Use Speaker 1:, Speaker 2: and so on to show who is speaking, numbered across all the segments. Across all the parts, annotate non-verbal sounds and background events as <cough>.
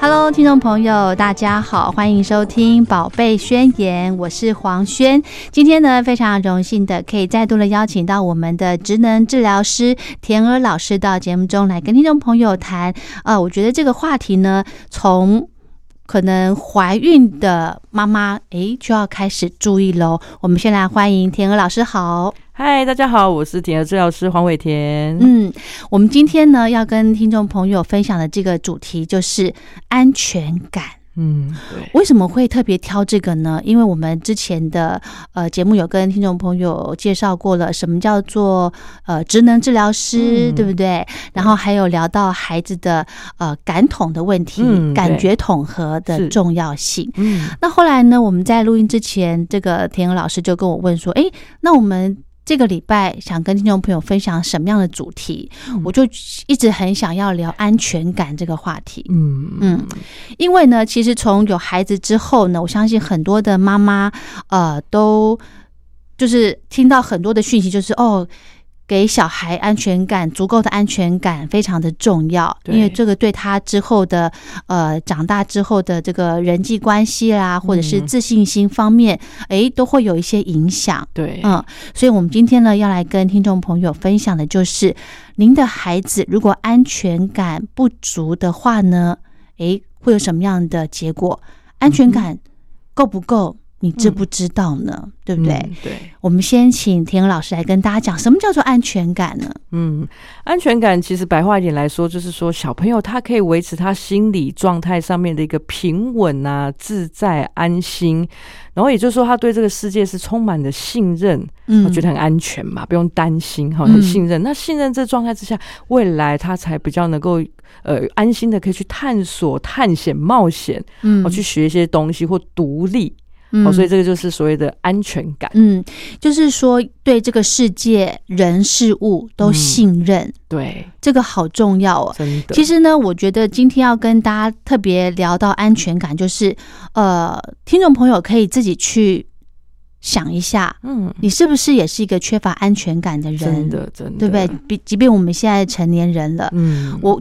Speaker 1: Hello，听众朋友，大家好，欢迎收听《宝贝宣言》，我是黄轩。今天呢，非常荣幸的可以再度的邀请到我们的职能治疗师田娥老师到节目中来跟听众朋友谈。呃，我觉得这个话题呢，从可能怀孕的妈妈，诶，就要开始注意喽。我们先来欢迎田娥老师，好。
Speaker 2: 嗨，大家好，我是田儿治疗师黄伟田。
Speaker 1: 嗯，我们今天呢要跟听众朋友分享的这个主题就是安全感。
Speaker 2: 嗯，对，
Speaker 1: 为什么会特别挑这个呢？因为我们之前的呃节目有跟听众朋友介绍过了，什么叫做呃职能治疗师，
Speaker 2: 嗯
Speaker 1: 对不对？然后还有聊到孩子的呃感统的问题，
Speaker 2: 嗯对
Speaker 1: 感觉统合的
Speaker 2: 是
Speaker 1: 重要性。
Speaker 2: 嗯，
Speaker 1: 那后来呢，我们在录音之前，这个田友老师就跟我问说：“诶，那我们这个礼拜想跟听众朋友分享什么样的主题？”
Speaker 2: 嗯
Speaker 1: 我就一直很想要聊安全感这个话题。
Speaker 2: 嗯，
Speaker 1: 嗯，因为呢，其实从有孩子之后呢，我相信很多的妈妈，呃，都就是听到很多的讯息，就是哦，给小孩安全感，足够的安全感非常的重要，
Speaker 2: 对
Speaker 1: 因为这个对他之后的呃长大之后的这个人际关系啦，或者是
Speaker 2: 嗯
Speaker 1: 自信心方面，诶，都会有一些影响。
Speaker 2: 对，
Speaker 1: 嗯，所以我们今天呢，要来跟听众朋友分享的就是，您的孩子如果安全感不足的话呢，诶，会有什么样的结果？安全感够不够？你知不知道呢？对不对？
Speaker 2: 嗯对，
Speaker 1: 我们先请田老师来跟大家讲，什么叫做安全感呢？
Speaker 2: 嗯，安全感其实白话一点来说，就是说小朋友他可以维持他心理状态上面的一个平稳啊、自在、安心，然后也就是说他对这个世界是充满了信任，
Speaker 1: 嗯
Speaker 2: 我觉得很安全嘛，不用担心哈，
Speaker 1: 嗯
Speaker 2: 很信任。那信任这状态之下，未来他才比较能够呃安心的可以去探索、探险、冒险，
Speaker 1: 嗯
Speaker 2: 哦，去学一些东西或独立，哦，所以这个就是所谓的安全感。
Speaker 1: 嗯，就是说对这个世界人事物都
Speaker 2: 嗯
Speaker 1: 信任，
Speaker 2: 对，
Speaker 1: 这个好重要哦。
Speaker 2: 真的，
Speaker 1: 其实呢，我觉得今天要跟大家特别聊到安全感，就是呃，听众朋友可以自己去想一下，
Speaker 2: 嗯，
Speaker 1: 你是不是也是一个缺乏安全感的人
Speaker 2: 真，的真的，
Speaker 1: 对不对？？比即便我们现在成年人了，
Speaker 2: 嗯，
Speaker 1: 我。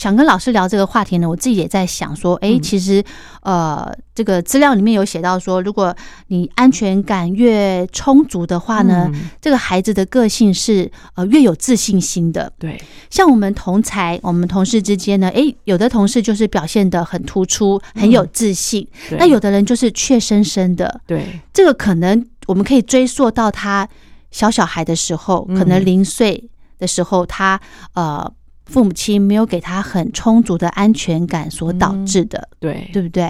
Speaker 1: 想跟老师聊这个话题呢，我自己也在想说，诶，
Speaker 2: 嗯
Speaker 1: 其实，呃，这个资料里面有写到说，如果你安全感越充足的话呢，
Speaker 2: 嗯
Speaker 1: 这个孩子的个性是呃越有自信心的。
Speaker 2: 对，
Speaker 1: 像我们同才、我们同事之间呢，诶，有的同事就是表现得很突出、很有自信，
Speaker 2: 嗯对
Speaker 1: 那有的人就是怯生生的。
Speaker 2: 对
Speaker 1: 这个可能我们可以追溯到他小小孩的时候，
Speaker 2: 嗯
Speaker 1: 可能零岁的时候，他呃父母亲没有给他很充足的安全感所导致的，
Speaker 2: 对
Speaker 1: 对不对？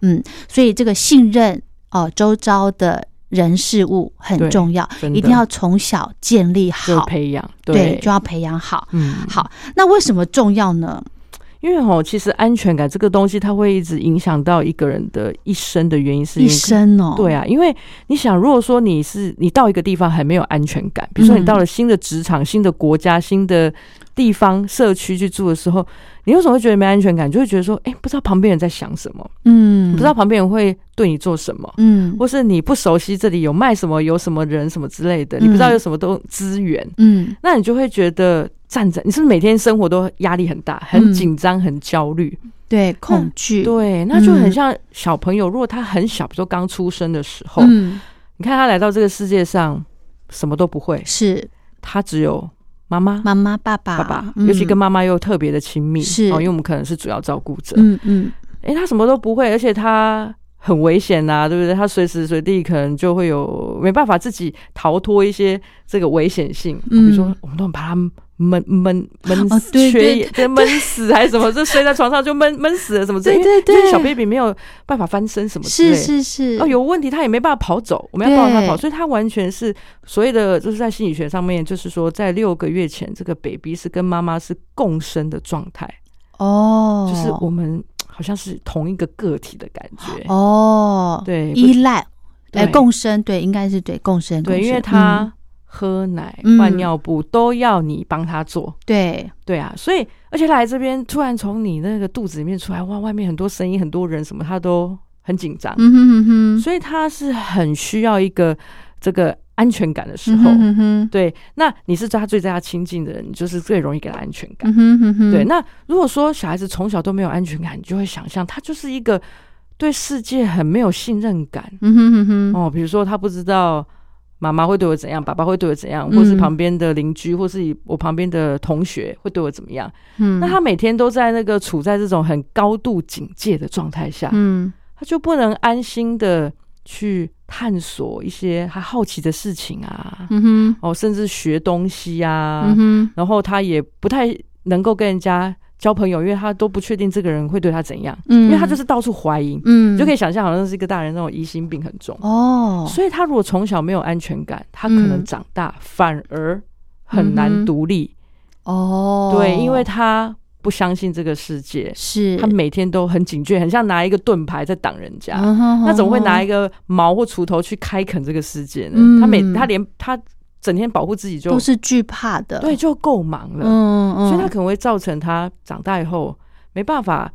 Speaker 2: 嗯对，
Speaker 1: 所以这个信任哦、呃周遭的人事物很
Speaker 2: 对
Speaker 1: 重要，
Speaker 2: 真的
Speaker 1: 一定要从小建立
Speaker 2: 就
Speaker 1: 好，
Speaker 2: 培养，
Speaker 1: 对，就要培养好。
Speaker 2: 嗯，
Speaker 1: 好，那为什么重要呢？
Speaker 2: 因为哦，其实安全感这个东西，它会一直影响到一个人的一生的原因是因
Speaker 1: 一
Speaker 2: 为
Speaker 1: 生哦，
Speaker 2: 对啊，因为你想，如果说你是你到一个地方很没有安全感，比如说你到了新的职场、新的国家、新的地方社区去住的时候，你为什么会觉得没安全感？就会觉得说，哎、不知道旁边人在想什么，
Speaker 1: 嗯，
Speaker 2: 不知道，旁边人会对你做什么。
Speaker 1: 嗯，
Speaker 2: 或是你不熟悉这里有卖什么、有什么人什么之类的，你不知道有什么东资源，
Speaker 1: 嗯
Speaker 2: 那你就会觉得站着，你是不是每天生活都压力很大、
Speaker 1: 嗯
Speaker 2: 很紧张、很焦虑？
Speaker 1: 对，恐
Speaker 2: 嗯
Speaker 1: 惧，
Speaker 2: 对，那就很像小朋友，如果他很小，比如说刚出生的时候，
Speaker 1: 嗯，
Speaker 2: 你看他来到这个世界上什么都不会，
Speaker 1: 是
Speaker 2: 他只有妈妈。
Speaker 1: 妈妈、爸爸、
Speaker 2: 爸爸，
Speaker 1: 嗯
Speaker 2: 尤其跟妈妈又特别的亲密，
Speaker 1: 是
Speaker 2: 哦，因为我们可能是主要照顾者。
Speaker 1: 嗯嗯
Speaker 2: 诶，他什么都不会，而且他很危险呐、对不对？他随时随地可能就会有没办法自己逃脱一些这个危险性，比如说
Speaker 1: 嗯
Speaker 2: 我们都很怕他闷闷闷
Speaker 1: 哦
Speaker 2: 死
Speaker 1: 对
Speaker 2: 缺
Speaker 1: 对
Speaker 2: 氧对闷死还是什么，就睡在床上就闷闷死了什么之类的，
Speaker 1: 对
Speaker 2: 因为
Speaker 1: 对对
Speaker 2: 因为小 baby 没有办法翻身什么之类
Speaker 1: 是
Speaker 2: 的。
Speaker 1: 是是，
Speaker 2: 哦，有问题，他也没办法跑走，我们要抱着他跑，
Speaker 1: 嗯对
Speaker 2: 所以他完全是所谓的，就是在心理学上面，就是说，在六个月前，这个 baby 是跟妈妈是共生的状态，
Speaker 1: 哦，
Speaker 2: 就是我们好像是同一个个体的感觉。
Speaker 1: 哦，
Speaker 2: 对不
Speaker 1: 依赖，
Speaker 2: 对
Speaker 1: 来共生，对，应该是对共生，
Speaker 2: 对，
Speaker 1: 共
Speaker 2: 因为
Speaker 1: 生
Speaker 2: 他
Speaker 1: 嗯
Speaker 2: 喝奶
Speaker 1: 嗯、
Speaker 2: 换尿布都要你帮他做。
Speaker 1: 对
Speaker 2: 对啊，所以而且他来这边突然从你那个肚子里面出来，哇，外面很多声音、很多人什么，他都很紧张。
Speaker 1: 嗯哼哼哼，
Speaker 2: 所以他是很需要一个这个安全感的时
Speaker 1: 嗯
Speaker 2: 候。
Speaker 1: 哼哼哼，
Speaker 2: 对，那你是他最在他亲近的人，你就是最容易给他安全感。
Speaker 1: 嗯哼哼哼，
Speaker 2: 对，那如果说小孩子从小都没有安全感，你就会想象他就是一个对世界很没有信任感，
Speaker 1: 嗯哼哼哼，
Speaker 2: 哦，比如说他不知道妈妈会对我怎样，爸爸会对我怎样，
Speaker 1: 嗯
Speaker 2: 或是旁边的邻居，或是我旁边的同学会对我怎么样。
Speaker 1: 嗯，
Speaker 2: 那他每天都在那个处在这种很高度警戒的状态下，
Speaker 1: 嗯
Speaker 2: 他就不能安心的去探索一些他好奇的事情啊，
Speaker 1: 嗯哼
Speaker 2: 哦，甚至学东西啊，
Speaker 1: 嗯哼，
Speaker 2: 然后他也不太能够跟人家交朋友，因为他都不确定这个人会对他怎样，
Speaker 1: 嗯
Speaker 2: 因为他就是到处怀疑。
Speaker 1: 嗯，
Speaker 2: 你就可
Speaker 1: 以
Speaker 2: 以想象，好像是一个大人那种疑心病很重
Speaker 1: 哦，
Speaker 2: 所以他如果从小没有安全感，他可能
Speaker 1: 嗯
Speaker 2: 长大、反而很难独立。
Speaker 1: 哦，
Speaker 2: 对，因为他不相信这个世界，
Speaker 1: 是
Speaker 2: 他每天都很警觉，很像拿一个盾牌在挡人家。
Speaker 1: 嗯哼
Speaker 2: 啊他怎么会
Speaker 1: 哼
Speaker 2: 拿
Speaker 1: 哼
Speaker 2: 一个矛或锄头去开垦这个世界呢？
Speaker 1: 嗯
Speaker 2: 他每他连他整天保护自己就
Speaker 1: 都是惧怕的，
Speaker 2: 对，就够忙了，
Speaker 1: 嗯嗯，
Speaker 2: 所以他可能会造成他长大以后没办法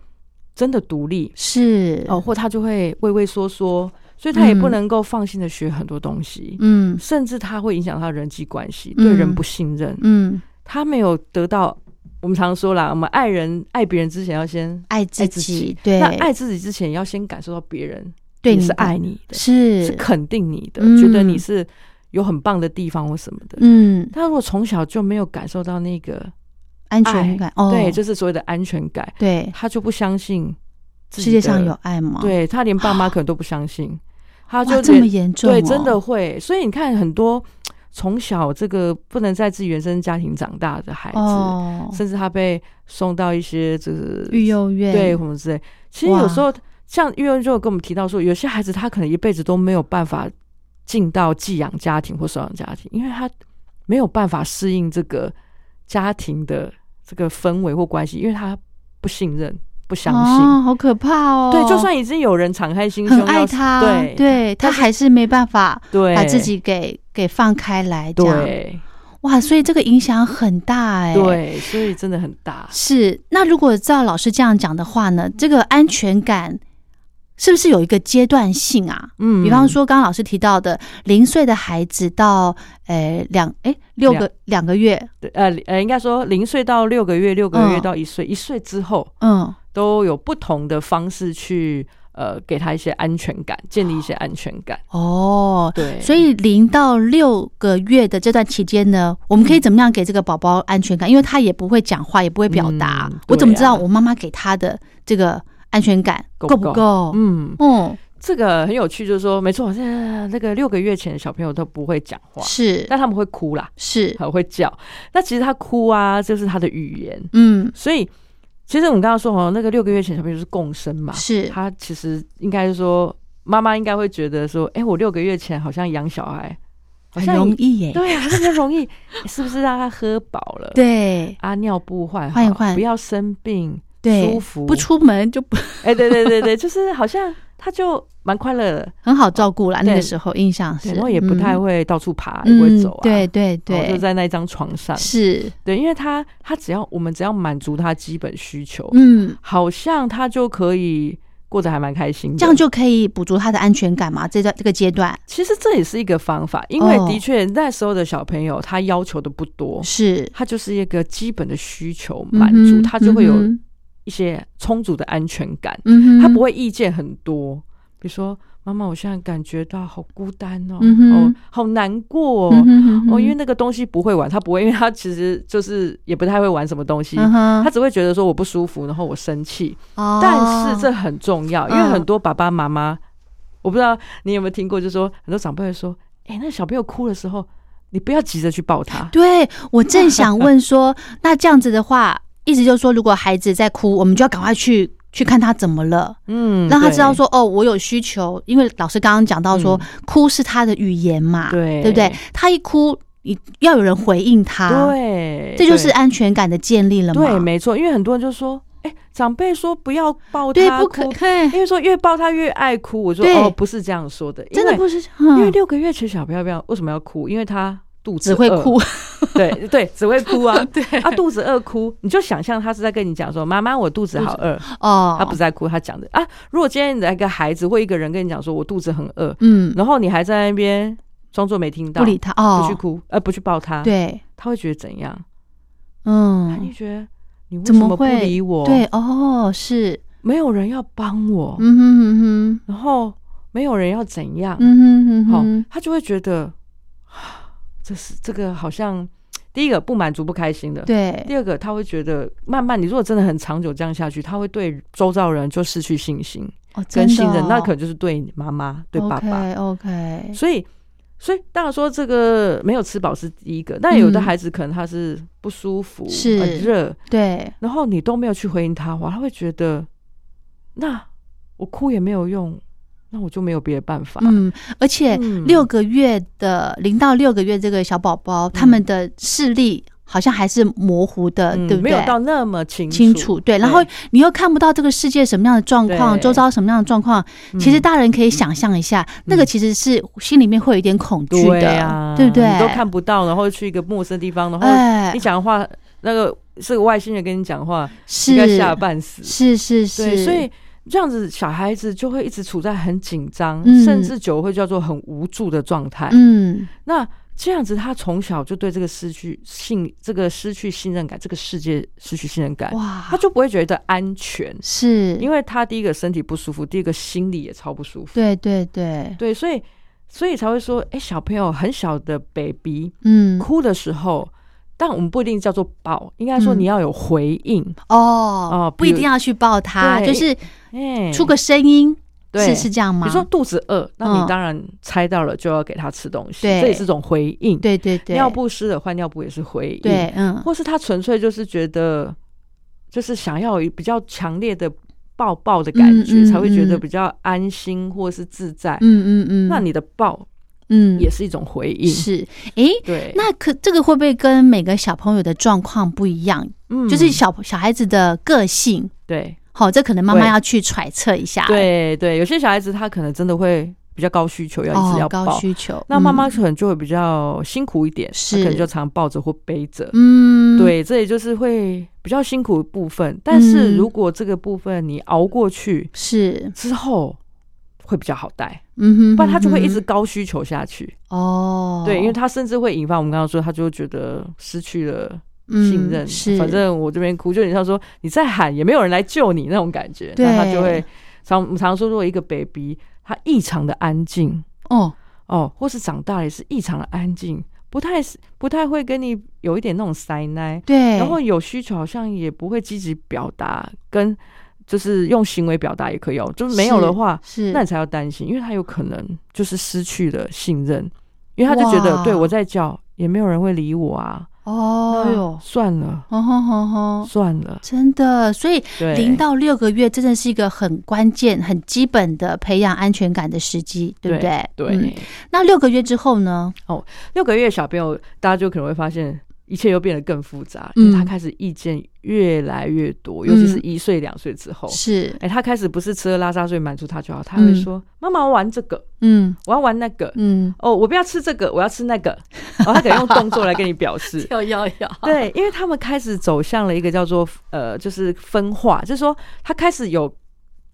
Speaker 2: 真的独立
Speaker 1: 是
Speaker 2: 哦，，或他就会畏畏缩缩，所以他也不
Speaker 1: 嗯
Speaker 2: 能够放心的学很多东西。
Speaker 1: 嗯
Speaker 2: 甚至他会影响他的人际关系，
Speaker 1: 嗯
Speaker 2: 对人不信任，
Speaker 1: 嗯，
Speaker 2: 他没有得到。我们常说啦，我们爱人爱别人之前要先
Speaker 1: 爱自
Speaker 2: 爱自
Speaker 1: 己
Speaker 2: 己，
Speaker 1: 对，
Speaker 2: 那爱自己之前要先感受到别人
Speaker 1: 对
Speaker 2: 也
Speaker 1: 你
Speaker 2: 是
Speaker 1: 的
Speaker 2: 爱你的，
Speaker 1: 是
Speaker 2: 是肯定你的，
Speaker 1: 嗯
Speaker 2: 觉得你是有很棒的地方或什么的。
Speaker 1: 嗯
Speaker 2: 他如果从小就没有感受到那个
Speaker 1: 安
Speaker 2: 爱
Speaker 1: 全感哦，
Speaker 2: 对，就是所谓的安全感，
Speaker 1: 对，
Speaker 2: 他就不相信自己
Speaker 1: 世界上
Speaker 2: 的
Speaker 1: 有，爱吗？
Speaker 2: 对他连爸妈可能都不相信，他
Speaker 1: 哇，
Speaker 2: 就
Speaker 1: 这么
Speaker 2: 连
Speaker 1: 严重、哦，
Speaker 2: 对，真的会。所以你看，很多从小这个不能在自己原生家庭长大的孩子，
Speaker 1: 哦，
Speaker 2: 甚至他被送到一些就是
Speaker 1: 育幼院
Speaker 2: 对什么之类，其实
Speaker 1: 哇
Speaker 2: 有时候像育幼院就有跟我们提到说，有些孩子他可能一辈子都没有办法进到寄养家庭或收养家庭，因为他没有办法适应这个家庭的这个氛围或关系，因为他不信任、不相信。
Speaker 1: 啊，好可怕哦，
Speaker 2: 对，就算已经有人敞开心胸
Speaker 1: 很
Speaker 2: 要，
Speaker 1: 爱他，
Speaker 2: 对
Speaker 1: 他还是没办法
Speaker 2: 对，
Speaker 1: 把自己给给放开来，这样
Speaker 2: 对。
Speaker 1: 哇，所以这个影响很大哎、。
Speaker 2: 对，所以真的很大。
Speaker 1: 是，那如果照老师这样讲的话呢，这个安全感是不是有一个阶段性啊？
Speaker 2: 嗯
Speaker 1: 比方，说，刚刚老师提到的，零岁的孩子到诶两诶六个两个月，
Speaker 2: 对呃呃，应该说零岁到六个月，六个月
Speaker 1: 嗯
Speaker 2: 到一岁，一岁之后
Speaker 1: 嗯，
Speaker 2: 都有不同的方式去呃给他一些安全感，建立一些安全感。
Speaker 1: 哦，
Speaker 2: 对，
Speaker 1: 所以零到六个月的这段期间呢，我们可以怎么样给这个宝宝安全感？因为他也不会讲话，也不会表达，
Speaker 2: 嗯
Speaker 1: 我怎么
Speaker 2: 对啊
Speaker 1: 知道我妈妈给他的这个安全感
Speaker 2: 够
Speaker 1: 够
Speaker 2: 不
Speaker 1: 不
Speaker 2: 够
Speaker 1: 够？
Speaker 2: 嗯，
Speaker 1: 嗯，
Speaker 2: 这个很有趣，就是说，没错，现在那个六个月前的小朋友都不会讲话，
Speaker 1: 嗯是
Speaker 2: 但他们会哭啦，
Speaker 1: 是，
Speaker 2: 很会叫。那其实他哭啊，就是他的语言，
Speaker 1: 嗯
Speaker 2: 所以。其实我们刚刚说哦，那个六个月前小朋友就是共生嘛，
Speaker 1: 是，
Speaker 2: 他其实应该是说，妈妈应该会觉得说，哎、我六个月前好像养小孩，好
Speaker 1: 很
Speaker 2: 像
Speaker 1: 容易耶，
Speaker 2: 对，好像比较容易，哎是不是让他喝饱了？
Speaker 1: 对
Speaker 2: 啊，尿布换好
Speaker 1: 换一换
Speaker 2: 不要生病，
Speaker 1: 对，
Speaker 2: 舒服
Speaker 1: 不出门就不 <laughs>
Speaker 2: <laughs> 哎、对对对对，就是好像他就蛮快乐的，
Speaker 1: 很好照顾啦。
Speaker 2: 对
Speaker 1: 那个时候印象是，
Speaker 2: 哦对，然后也不太会到处爬，
Speaker 1: 嗯
Speaker 2: 也不会走啊，
Speaker 1: 嗯对对
Speaker 2: 然后
Speaker 1: 对
Speaker 2: 就，在那一张床上，
Speaker 1: 是，
Speaker 2: 对，因为他他只要我们只要满足他基本需求，
Speaker 1: 嗯，
Speaker 2: 好像他就可以过得还蛮开心的，
Speaker 1: 这样就可以补足他的安全感嘛？这段这个阶段
Speaker 2: 其实这也是一个方法，因为
Speaker 1: 哦
Speaker 2: 的确那时候的小朋友他要求的不多，
Speaker 1: 是嗯
Speaker 2: 他就是一个基本的需求哦满足，他就会有一些充足的安全感，
Speaker 1: 嗯哼，
Speaker 2: 他不会意见很多，比如说妈妈，我现在感觉到好孤单哦，
Speaker 1: 嗯哼
Speaker 2: 哦，好难过哦。
Speaker 1: 嗯哼嗯哼
Speaker 2: 哦，因为那个东西不会玩，他不会，因为他其实就是也不太会玩什么东西，
Speaker 1: 嗯哼
Speaker 2: 他只会觉得说我不舒服，然后我生气。
Speaker 1: 哦
Speaker 2: 但是这很重要，因为
Speaker 1: 嗯
Speaker 2: 很多爸爸妈妈，我不知道你有没有听过，就是说很多长辈会说，哎、那小朋友哭的时候，你不要急着去抱他，
Speaker 1: 对我正想问说， <laughs> 那这样子的话，意思就是说，如果孩子在哭，我们就要赶快去去看他怎么了，
Speaker 2: 嗯
Speaker 1: 让他知道
Speaker 2: 对嗯
Speaker 1: 说哦，我有需求。因为老师刚刚讲到说，哭是他的语言嘛，
Speaker 2: 对
Speaker 1: 对不对？他一哭，你要有人回应他，，
Speaker 2: 对，
Speaker 1: 啊这就是
Speaker 2: 对
Speaker 1: 安全感的建立了嘛。
Speaker 2: 对，没错，因为很多人就说，哎、长辈说不要抱他，
Speaker 1: 对，不可，
Speaker 2: 哭
Speaker 1: 嘿
Speaker 2: <laughs> 因为说越抱他越爱哭，我说
Speaker 1: 对
Speaker 2: 哦，不是这样说的，因
Speaker 1: 真的
Speaker 2: 为
Speaker 1: 不是，
Speaker 2: 因为
Speaker 1: 嗯，
Speaker 2: 六个月其实小朋友不要为什么要哭，因为他肚子
Speaker 1: 只会
Speaker 2: 饿
Speaker 1: 哭，，
Speaker 2: 对对，只会哭 <laughs> 啊
Speaker 1: <laughs> 对
Speaker 2: 啊，肚子饿哭，你就想象他是在跟你讲说，妈妈，我肚子好饿，
Speaker 1: 哦，
Speaker 2: 他不是，在哭，他讲的啊。如果今天你的一个孩子或一个人跟你讲说，我肚子很饿，
Speaker 1: 嗯，
Speaker 2: 然后你还在那边装作没听到，
Speaker 1: 不理他哦，
Speaker 2: 不去哭，呃，不去抱他，，
Speaker 1: 对，
Speaker 2: 他会觉得怎样？他就
Speaker 1: 嗯，
Speaker 2: 觉得你为什
Speaker 1: 怎么
Speaker 2: 么不
Speaker 1: 会
Speaker 2: 理我？哦
Speaker 1: 对，，哦，是，
Speaker 2: 没有人要帮我，
Speaker 1: 嗯哼嗯哼。
Speaker 2: 然后没有人要怎样，
Speaker 1: 嗯哼嗯
Speaker 2: 好、
Speaker 1: 哼，
Speaker 2: 他就会觉得， <sighs> 啊这是这个好像第一个不满足、不开心的，
Speaker 1: 对，
Speaker 2: 第二个，他会觉得慢慢，你如果真的很长久这样下去，他会对周遭人就失去信心
Speaker 1: 哦，
Speaker 2: 跟信任，
Speaker 1: 真的哦
Speaker 2: 那可能就是对妈妈、对爸爸。
Speaker 1: OK，哎
Speaker 2: 所以，所以当然说这个没有吃饱是第一个，但有的
Speaker 1: 嗯
Speaker 2: 孩子可能他是不舒服、
Speaker 1: 是
Speaker 2: 很热，
Speaker 1: 对，
Speaker 2: 然后你都没有去回应他，哇，他会觉得那我哭也没有用，那我就没有别的办法。
Speaker 1: 嗯，而且
Speaker 2: 嗯
Speaker 1: 六个月的零到六个月这个小宝宝，他们的视力好像还是模糊的，
Speaker 2: 嗯
Speaker 1: 对不
Speaker 2: 没
Speaker 1: 对
Speaker 2: 有？到那么清
Speaker 1: 清楚对，然后你又看不到这个世界什么样的状况，
Speaker 2: 对
Speaker 1: 周遭什么样的状况。其实大人可以想象一下，那个其实是心里面会有一点恐惧
Speaker 2: 嗯对
Speaker 1: 的
Speaker 2: 啊，，
Speaker 1: 对不对？
Speaker 2: 你都看不到，然后去一个陌生地方，然
Speaker 1: 哎
Speaker 2: 后你讲话，那个是个外星人跟你讲话，应该
Speaker 1: 是
Speaker 2: 吓半死。
Speaker 1: 是是
Speaker 2: 对，
Speaker 1: 是，
Speaker 2: 所以这样子小孩子就会一直处在很紧张，
Speaker 1: 嗯
Speaker 2: 甚至久了会叫做很无助的状态。
Speaker 1: 嗯，
Speaker 2: 那这样子，他从小就对这个失去信，这个失去信任感，这个世界失去信任感，
Speaker 1: 哇
Speaker 2: 他，就不会觉得安全，
Speaker 1: 是
Speaker 2: 因为他第一个身体不舒服，第二个心里也超不舒服。
Speaker 1: 对对对，
Speaker 2: 对，所以所以才会说，哎、小朋友很小的 baby，
Speaker 1: 嗯，
Speaker 2: 哭的时候，但我们不一定叫做抱，应该说
Speaker 1: 嗯
Speaker 2: 你要有回应，
Speaker 1: 哦
Speaker 2: 哦
Speaker 1: 不一
Speaker 2: 比如
Speaker 1: 定要去抱他，就
Speaker 2: 对
Speaker 1: 是
Speaker 2: 哎、
Speaker 1: 出个声音，
Speaker 2: 对
Speaker 1: 是是这样
Speaker 2: 比
Speaker 1: 吗？
Speaker 2: 如说肚子饿，那
Speaker 1: 嗯
Speaker 2: 你当然猜到了就要给他吃东西，
Speaker 1: 对
Speaker 2: 这也是种回应。，
Speaker 1: 对对对，
Speaker 2: 尿布湿了换尿布也是回应，
Speaker 1: 对，，嗯，
Speaker 2: 或是他纯粹就是觉得，就是想要有比较强烈的抱抱的感觉，
Speaker 1: 嗯嗯
Speaker 2: 才会觉得
Speaker 1: 嗯
Speaker 2: 比较安心或是自在。
Speaker 1: 嗯嗯嗯，
Speaker 2: 那你的抱
Speaker 1: 嗯
Speaker 2: 也是一种回应，
Speaker 1: 是，诶，
Speaker 2: 对，
Speaker 1: 那可这个会不会跟每个小朋友的状况不一样？
Speaker 2: 嗯
Speaker 1: 就是小小孩子的个性，
Speaker 2: 对
Speaker 1: 好，这可能妈妈
Speaker 2: 对
Speaker 1: 要去揣测一下，
Speaker 2: 对对，有些小孩子他可能真的会比较高需求，要一直
Speaker 1: 哦
Speaker 2: 要，
Speaker 1: 高
Speaker 2: 抱。
Speaker 1: 需求，
Speaker 2: 那妈妈
Speaker 1: 嗯
Speaker 2: 可能就会比较辛苦一点，
Speaker 1: 是
Speaker 2: 她可能就常抱着或背着。
Speaker 1: 嗯，
Speaker 2: 对，这也就是会比较辛苦的部分。但是
Speaker 1: 嗯
Speaker 2: 如果这个部分你熬过去
Speaker 1: 是，
Speaker 2: 之后，会比较好带，
Speaker 1: 嗯哼，
Speaker 2: 不然他就会一直
Speaker 1: 嗯
Speaker 2: 高需求下去。
Speaker 1: 哼哦，
Speaker 2: 对，因为他甚至会引发我们刚刚说，他就会觉得失去了信
Speaker 1: 嗯
Speaker 2: 任。
Speaker 1: 是
Speaker 2: 反正我这边哭，就有点像说你在喊，也没有人来救你那种感觉。
Speaker 1: 对
Speaker 2: 那他就会常我们常说，如果一个 baby 他异常的安静，
Speaker 1: 哦，
Speaker 2: 哦，或是长大也是异常的安静，不太是不太会跟你有一点那种塞奶，
Speaker 1: 对，
Speaker 2: 然后有需求好像也不会积极表达，跟就是用行为表达也可以哦，就是没有的话，
Speaker 1: 是
Speaker 2: 那你才要担心，因为他有可能就是失去了信任，因为他就觉得
Speaker 1: 哇
Speaker 2: 对我在叫也没有人会理我啊，
Speaker 1: 哦
Speaker 2: 那
Speaker 1: 哟，
Speaker 2: 算了
Speaker 1: 吼吼吼吼，
Speaker 2: 算了，
Speaker 1: 真的，所以
Speaker 2: 对
Speaker 1: 零到六个月真的是一个很关键、很基本的培养安全感的时机，对不对？嗯
Speaker 2: 对。
Speaker 1: 嗯那六个月之后呢？
Speaker 2: 六个月小朋友，大家就可能会发现一切又变得更复杂，因为他
Speaker 1: 嗯
Speaker 2: 开始意见越来越多，尤其是
Speaker 1: 嗯
Speaker 2: 一岁两岁之后，
Speaker 1: 是，
Speaker 2: 哎、他开始不是吃喝拉撒睡满足他就好，他会
Speaker 1: 嗯
Speaker 2: 说：“妈妈，我玩这个，
Speaker 1: 嗯
Speaker 2: 我要玩那个，
Speaker 1: 嗯，。
Speaker 2: 哦，我不要吃这个，我要吃那个。”哦，他可能用动作来跟你表示
Speaker 1: <laughs> 有有有，
Speaker 2: 对，因为他们开始走向了一个叫做呃，就是分化，就是说他开始有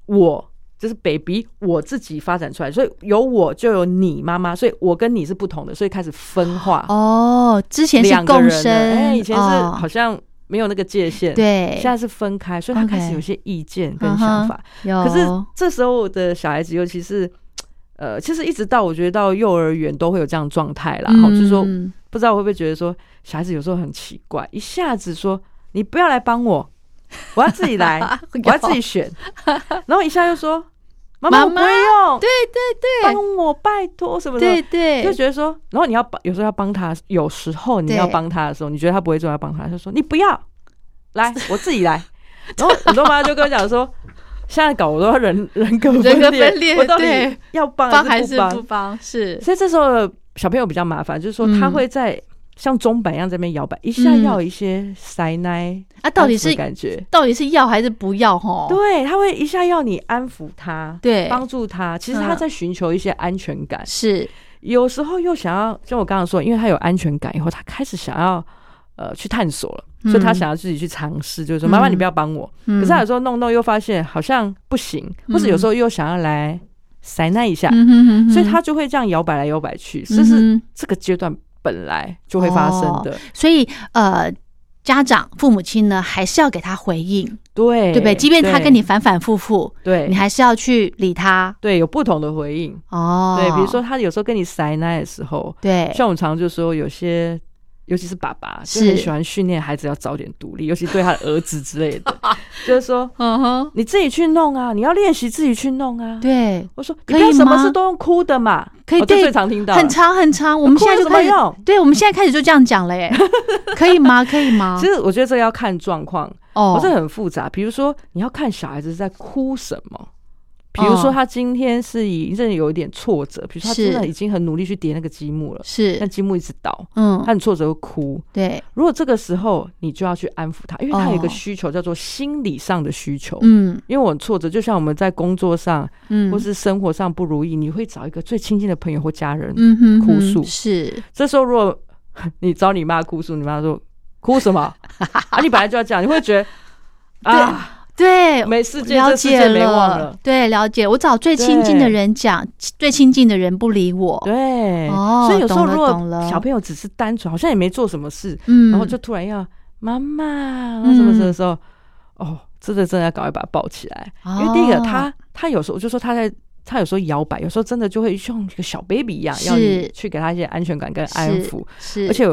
Speaker 2: 我，就是 baby 我自己发展出来，所以有我就有你妈妈，所以我跟你是不同的，所以开始分化。
Speaker 1: 哦，之前是
Speaker 2: 啊两个
Speaker 1: 共
Speaker 2: 人
Speaker 1: 生，
Speaker 2: 了哎，以前是
Speaker 1: 哦
Speaker 2: 好像没有那个界限，，
Speaker 1: 对
Speaker 2: 现，在是分开，所以他开
Speaker 1: OK 嗯
Speaker 2: 始有些意见跟想法。
Speaker 1: 有，
Speaker 2: 可是啊这时候的小孩子，尤其是呃，其实一直到我觉得到幼儿园都会有这样的状态啦。好，就是说
Speaker 1: 嗯
Speaker 2: 不知道会不会觉得说小孩子有时候很奇怪，一下子说你不要来帮
Speaker 1: <laughs>
Speaker 2: 我，我要自己来
Speaker 1: 有，
Speaker 2: 我要自己选，然后一下又说妈妈
Speaker 1: 妈
Speaker 2: 我不
Speaker 1: 妈
Speaker 2: 会用，
Speaker 1: 对对对
Speaker 2: 帮我拜托什么什么
Speaker 1: 对。对，
Speaker 2: 就觉得说，然后你要帮，有时候要帮他，有时候你
Speaker 1: 对
Speaker 2: 要帮他的时候，你觉得他不会做，要帮他，他就说你不
Speaker 1: <laughs>
Speaker 2: 要，来，我自己来。然后很多妈妈就跟我讲说，现在搞我都人人格
Speaker 1: 人格
Speaker 2: 裂，
Speaker 1: 分裂
Speaker 2: 我到底
Speaker 1: 对
Speaker 2: 要帮
Speaker 1: 帮还
Speaker 2: 还是
Speaker 1: 是
Speaker 2: 不帮？
Speaker 1: 不帮是
Speaker 2: 所以这时候的小朋友比较麻烦，就是说他
Speaker 1: 嗯
Speaker 2: 会在像钟摆一样在那边摇摆，一下
Speaker 1: 嗯
Speaker 2: 要有一些塞奶，
Speaker 1: 啊，到底是
Speaker 2: 安抚的感觉。
Speaker 1: 到底是要还是不要？吼，
Speaker 2: 对，他会一下要你安抚他，
Speaker 1: 对
Speaker 2: 帮助他。其实他
Speaker 1: 嗯
Speaker 2: 在寻求一些安全感，
Speaker 1: 是
Speaker 2: 有时候又想要，像我刚刚说，因为他有安全感以后，他开始想要呃去探索了，
Speaker 1: 嗯
Speaker 2: 所以他想要自己去尝试，就是说妈妈
Speaker 1: 嗯
Speaker 2: 你不要帮我，
Speaker 1: 嗯
Speaker 2: 可是他有啊时候弄弄又发现好像不行，
Speaker 1: 嗯
Speaker 2: 或者有时候又想要来塞那一下，
Speaker 1: 嗯哼哼哼
Speaker 2: 所以他就会这样摇摆来摇摆去，这
Speaker 1: 嗯
Speaker 2: 是
Speaker 1: 哼哦
Speaker 2: 这个阶段本来就会发生的，
Speaker 1: 所以呃。家长、父母亲呢，还是要给他回应，
Speaker 2: 对
Speaker 1: 对不对？即便他跟你反反复复，
Speaker 2: 对
Speaker 1: 你还是要去理他
Speaker 2: 对有不同的回应，
Speaker 1: 哦。
Speaker 2: 对，比如说，他有时候跟你塞奶的时候，
Speaker 1: 对，
Speaker 2: 像我们常常就说，有些尤其是爸爸，就是很喜欢训练孩子要早点独立，尤其对他的儿子之类的， <laughs> 就是说
Speaker 1: 嗯哼，
Speaker 2: 你自己去弄啊，你要练习自己去弄啊。
Speaker 1: 对，
Speaker 2: 我说你
Speaker 1: 可以
Speaker 2: 不要什么
Speaker 1: 吗
Speaker 2: 事都用哭的嘛，
Speaker 1: 可以
Speaker 2: 哦这
Speaker 1: 对
Speaker 2: 最常听到了
Speaker 1: 很。长很长，我们
Speaker 2: 哭
Speaker 1: 现在
Speaker 2: 有什
Speaker 1: 就
Speaker 2: 么
Speaker 1: 开始
Speaker 2: 用，
Speaker 1: 对，我们现在开始就这样讲
Speaker 2: <laughs>
Speaker 1: 了，耶，可以吗？可以吗
Speaker 2: 其？实我觉得这个要看状况，
Speaker 1: 哦
Speaker 2: 我这很复杂。比如说，你要看小孩子在哭什么。比如说，
Speaker 1: 哦
Speaker 2: 他今天是已经有一点挫折，比如说他真的
Speaker 1: 是
Speaker 2: 已经很努力去叠那个积木了，但
Speaker 1: 是，
Speaker 2: 积木一直倒，
Speaker 1: 嗯
Speaker 2: 他，很挫折会哭。
Speaker 1: 对，
Speaker 2: 如果这个时候你就要去安抚他，因为他有一
Speaker 1: 哦
Speaker 2: 个需求叫做心理上的需求。
Speaker 1: 嗯
Speaker 2: 因为我很挫折，就像我们在工作上
Speaker 1: 嗯，
Speaker 2: 或是生活上不如意，你会找一个最亲近的朋友或家人。
Speaker 1: 嗯哼
Speaker 2: 哭
Speaker 1: 哼
Speaker 2: 诉
Speaker 1: 是
Speaker 2: 这时候如果你找你妈哭诉，你妈说哭什么
Speaker 1: <laughs>
Speaker 2: 啊？你本来就要这样，你会觉得啊，
Speaker 1: 对，
Speaker 2: 没世界，
Speaker 1: 了
Speaker 2: 这世
Speaker 1: 解
Speaker 2: 界没忘了。
Speaker 1: 对，了解。我找最亲近的
Speaker 2: 对
Speaker 1: 人讲，最亲近的人不理我，
Speaker 2: 对，
Speaker 1: 哦
Speaker 2: 所以有时候
Speaker 1: 懂了
Speaker 2: 如果
Speaker 1: 懂了
Speaker 2: 小朋友只是单纯，好像也没做什么事，
Speaker 1: 嗯，
Speaker 2: 然后就突然要妈妈，然后什么什么时候，哦，真的真的要赶快把他抱起来，因为第一个
Speaker 1: 哦
Speaker 2: 他他有时候我就说他在。他有时候摇摆，有时候真的就会像一个小 baby 一样，
Speaker 1: 是
Speaker 2: 要你去给他一些安全感跟安抚。
Speaker 1: 是，
Speaker 2: 而且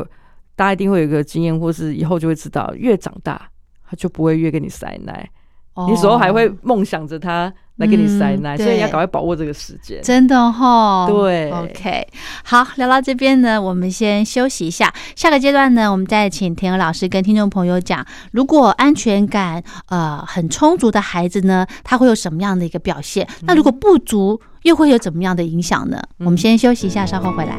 Speaker 2: 大家一定会有一个经验，或是以后就会知道，越长大他就不会越跟你塞奶，
Speaker 1: 哦
Speaker 2: 你有时候还会梦想着他来跟你塞
Speaker 1: 嗯
Speaker 2: 奶，所以要
Speaker 1: 对
Speaker 2: 赶快把握这个时间。
Speaker 1: 真的哈，
Speaker 2: 对
Speaker 1: ，OK，好，聊到这边呢，我们先休息一下。下个阶段呢，我们再请田鹅老师跟听众朋友讲，如果安全感呃很充足的孩子呢，他会有什么样的一个表现？那如果不足，又会有怎么样的影响呢？我们先休息一下，稍后回来。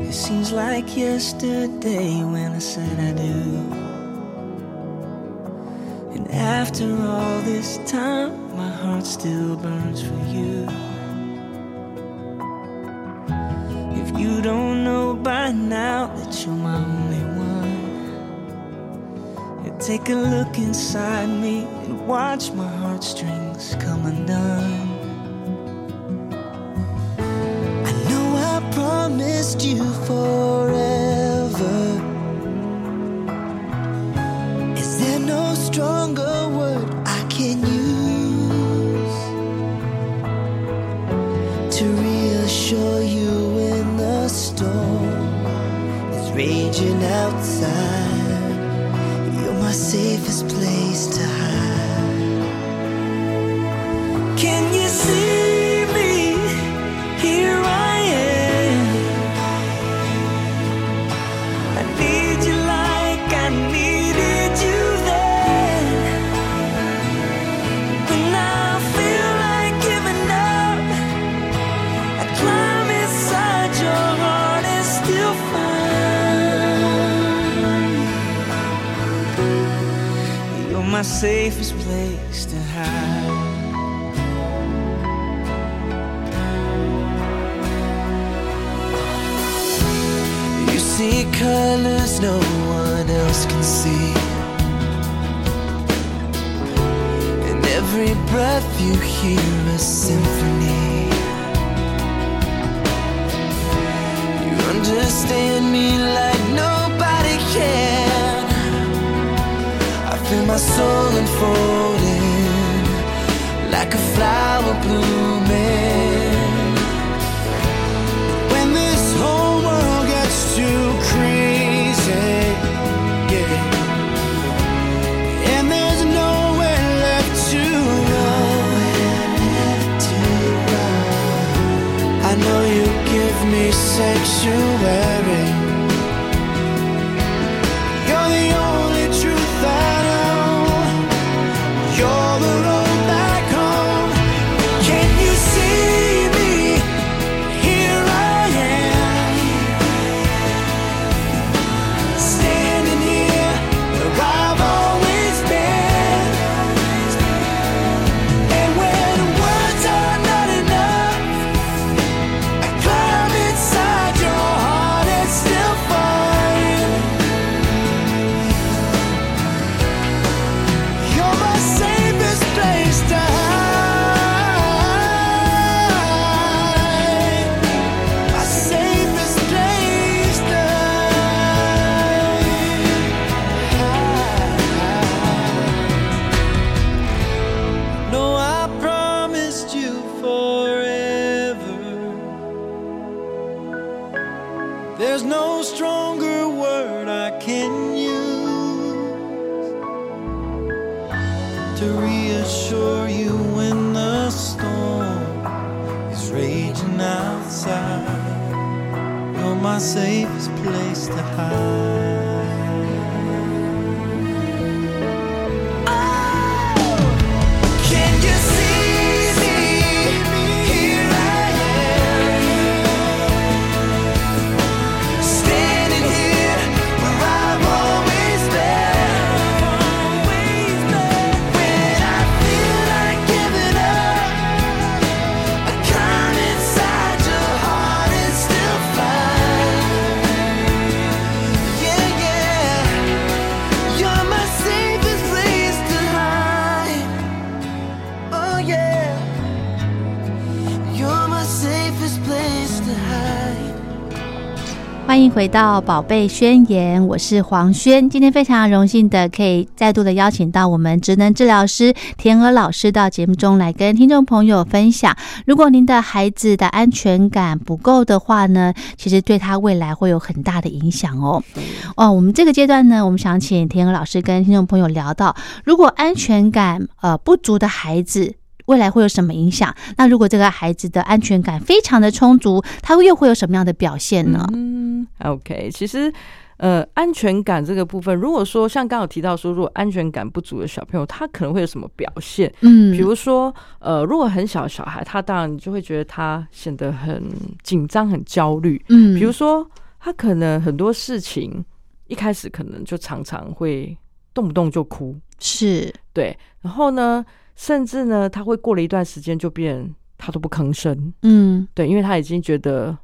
Speaker 3: It seems like yesterday when I said I do. And after all this time, my heart still burns for you. If you don't know by now that you're my only one, then take a look inside me and watch my heartstrings come undone. I know I promised you forever. Is there no stronger word I can use to reassure you when the storm is raging outside? You're my safest place to hide. Can you see me? Here I am. I need you like I needed you safest place to hide. You see colors no one else can see. In every breath you hear a symphony. You understand me like nobody can. I feel my soul unfolding like a flower blooming. When this whole world gets too crazy, yeah. And there's nowhere left to run. I know you give me sanctuary. You're the only truth I know. You're the road back home. Can you see me? Here I am, standing here where I've always been. And when words are not enough, I climb inside your heart and still find you're my safest place to hide. My safest place to hide. No, I promised you forever. There's no stronger word I can use to reassure you when the storm is raging outside. You're my safest place to hide. Oh, Can you see me? Here I am, standing here where I've always been. When I feel like giving up, I climb inside your heart and still find, yeah, yeah, you're my safest place to hide. Oh yeah, you're my safest place to hide.
Speaker 1: 欢迎回到《宝贝宣言》，我是黄轩。今天非常荣幸的可以再度的邀请到我们职能治疗师田娥老师到节目中来跟听众朋友分享。如果您的孩子的安全感不够的话呢，其实对他未来会有很大的影响哦。哦，我们这个阶段呢，我们想请田娥老师跟听众朋友聊到，如果安全感呃不足的孩子。未来会有什么影响？那如果这个孩子的安全感非常的充足，他又会有什么样的表现呢？
Speaker 2: 嗯，OK，其实。呃，安全感这个部分，如果说像刚刚有提到说，如果安全感不足的小朋友，他可能会有什么表现？
Speaker 1: 嗯
Speaker 2: 比如说，呃，如果很小的小孩，他当然你就会觉得他显得很紧张、很焦虑。
Speaker 1: 嗯
Speaker 2: 比如说，他可能很多事情一开始可能就常常会动不动就哭，
Speaker 1: 是，
Speaker 2: 对。然后呢，甚至呢，他会过了一段时间就变他都不吭声，
Speaker 1: 嗯，
Speaker 2: 对，因为他已经觉得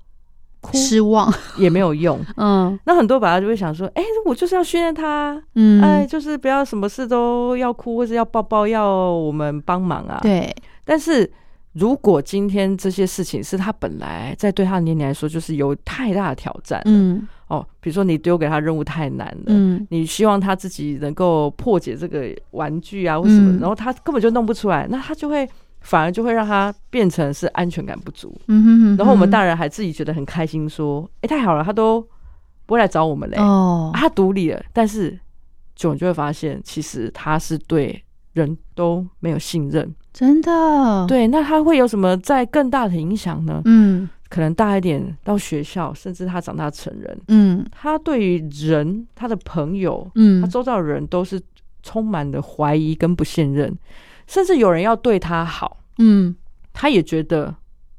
Speaker 2: 哭
Speaker 1: 失
Speaker 2: <laughs>
Speaker 1: 望，
Speaker 2: 也没有用。
Speaker 1: 嗯
Speaker 2: 那很多爸爸就会想说，哎、我就是要训练他，
Speaker 1: 嗯，
Speaker 2: 哎，就是不要什么事都要哭，或是要抱抱，要我们帮忙啊。
Speaker 1: 对，
Speaker 2: 但是如果今天这些事情是他本来在对他的年龄来说就是有太大的挑战，
Speaker 1: 嗯
Speaker 2: 哦，比如说你丢给他任务太难了。
Speaker 1: 嗯
Speaker 2: 你希望他自己能够破解这个玩具啊，或什么，
Speaker 1: 嗯
Speaker 2: 然后他根本就弄不出来，那他就会反而就会让他变成是安全感不足。
Speaker 1: 嗯哼哼，
Speaker 2: 然后我们
Speaker 1: 人
Speaker 2: 大人还自己觉得很开心，说：“哎、太好了，他都不会来找我们嘞、
Speaker 1: 哦
Speaker 2: 啊，他独立了。”但是久了你就会发现，其实他是对人都没有信任。
Speaker 1: 真的，，
Speaker 2: 对，那他会有什么在更大的影响呢？
Speaker 1: 哦嗯
Speaker 2: 可能大一点到学校，甚至他长大成人，
Speaker 1: 嗯
Speaker 2: 他对于人、他的朋友、他
Speaker 1: 嗯，
Speaker 2: 周遭的人都是充满了怀疑跟不信任，甚至有人要对他好，
Speaker 1: 嗯
Speaker 2: 他也觉得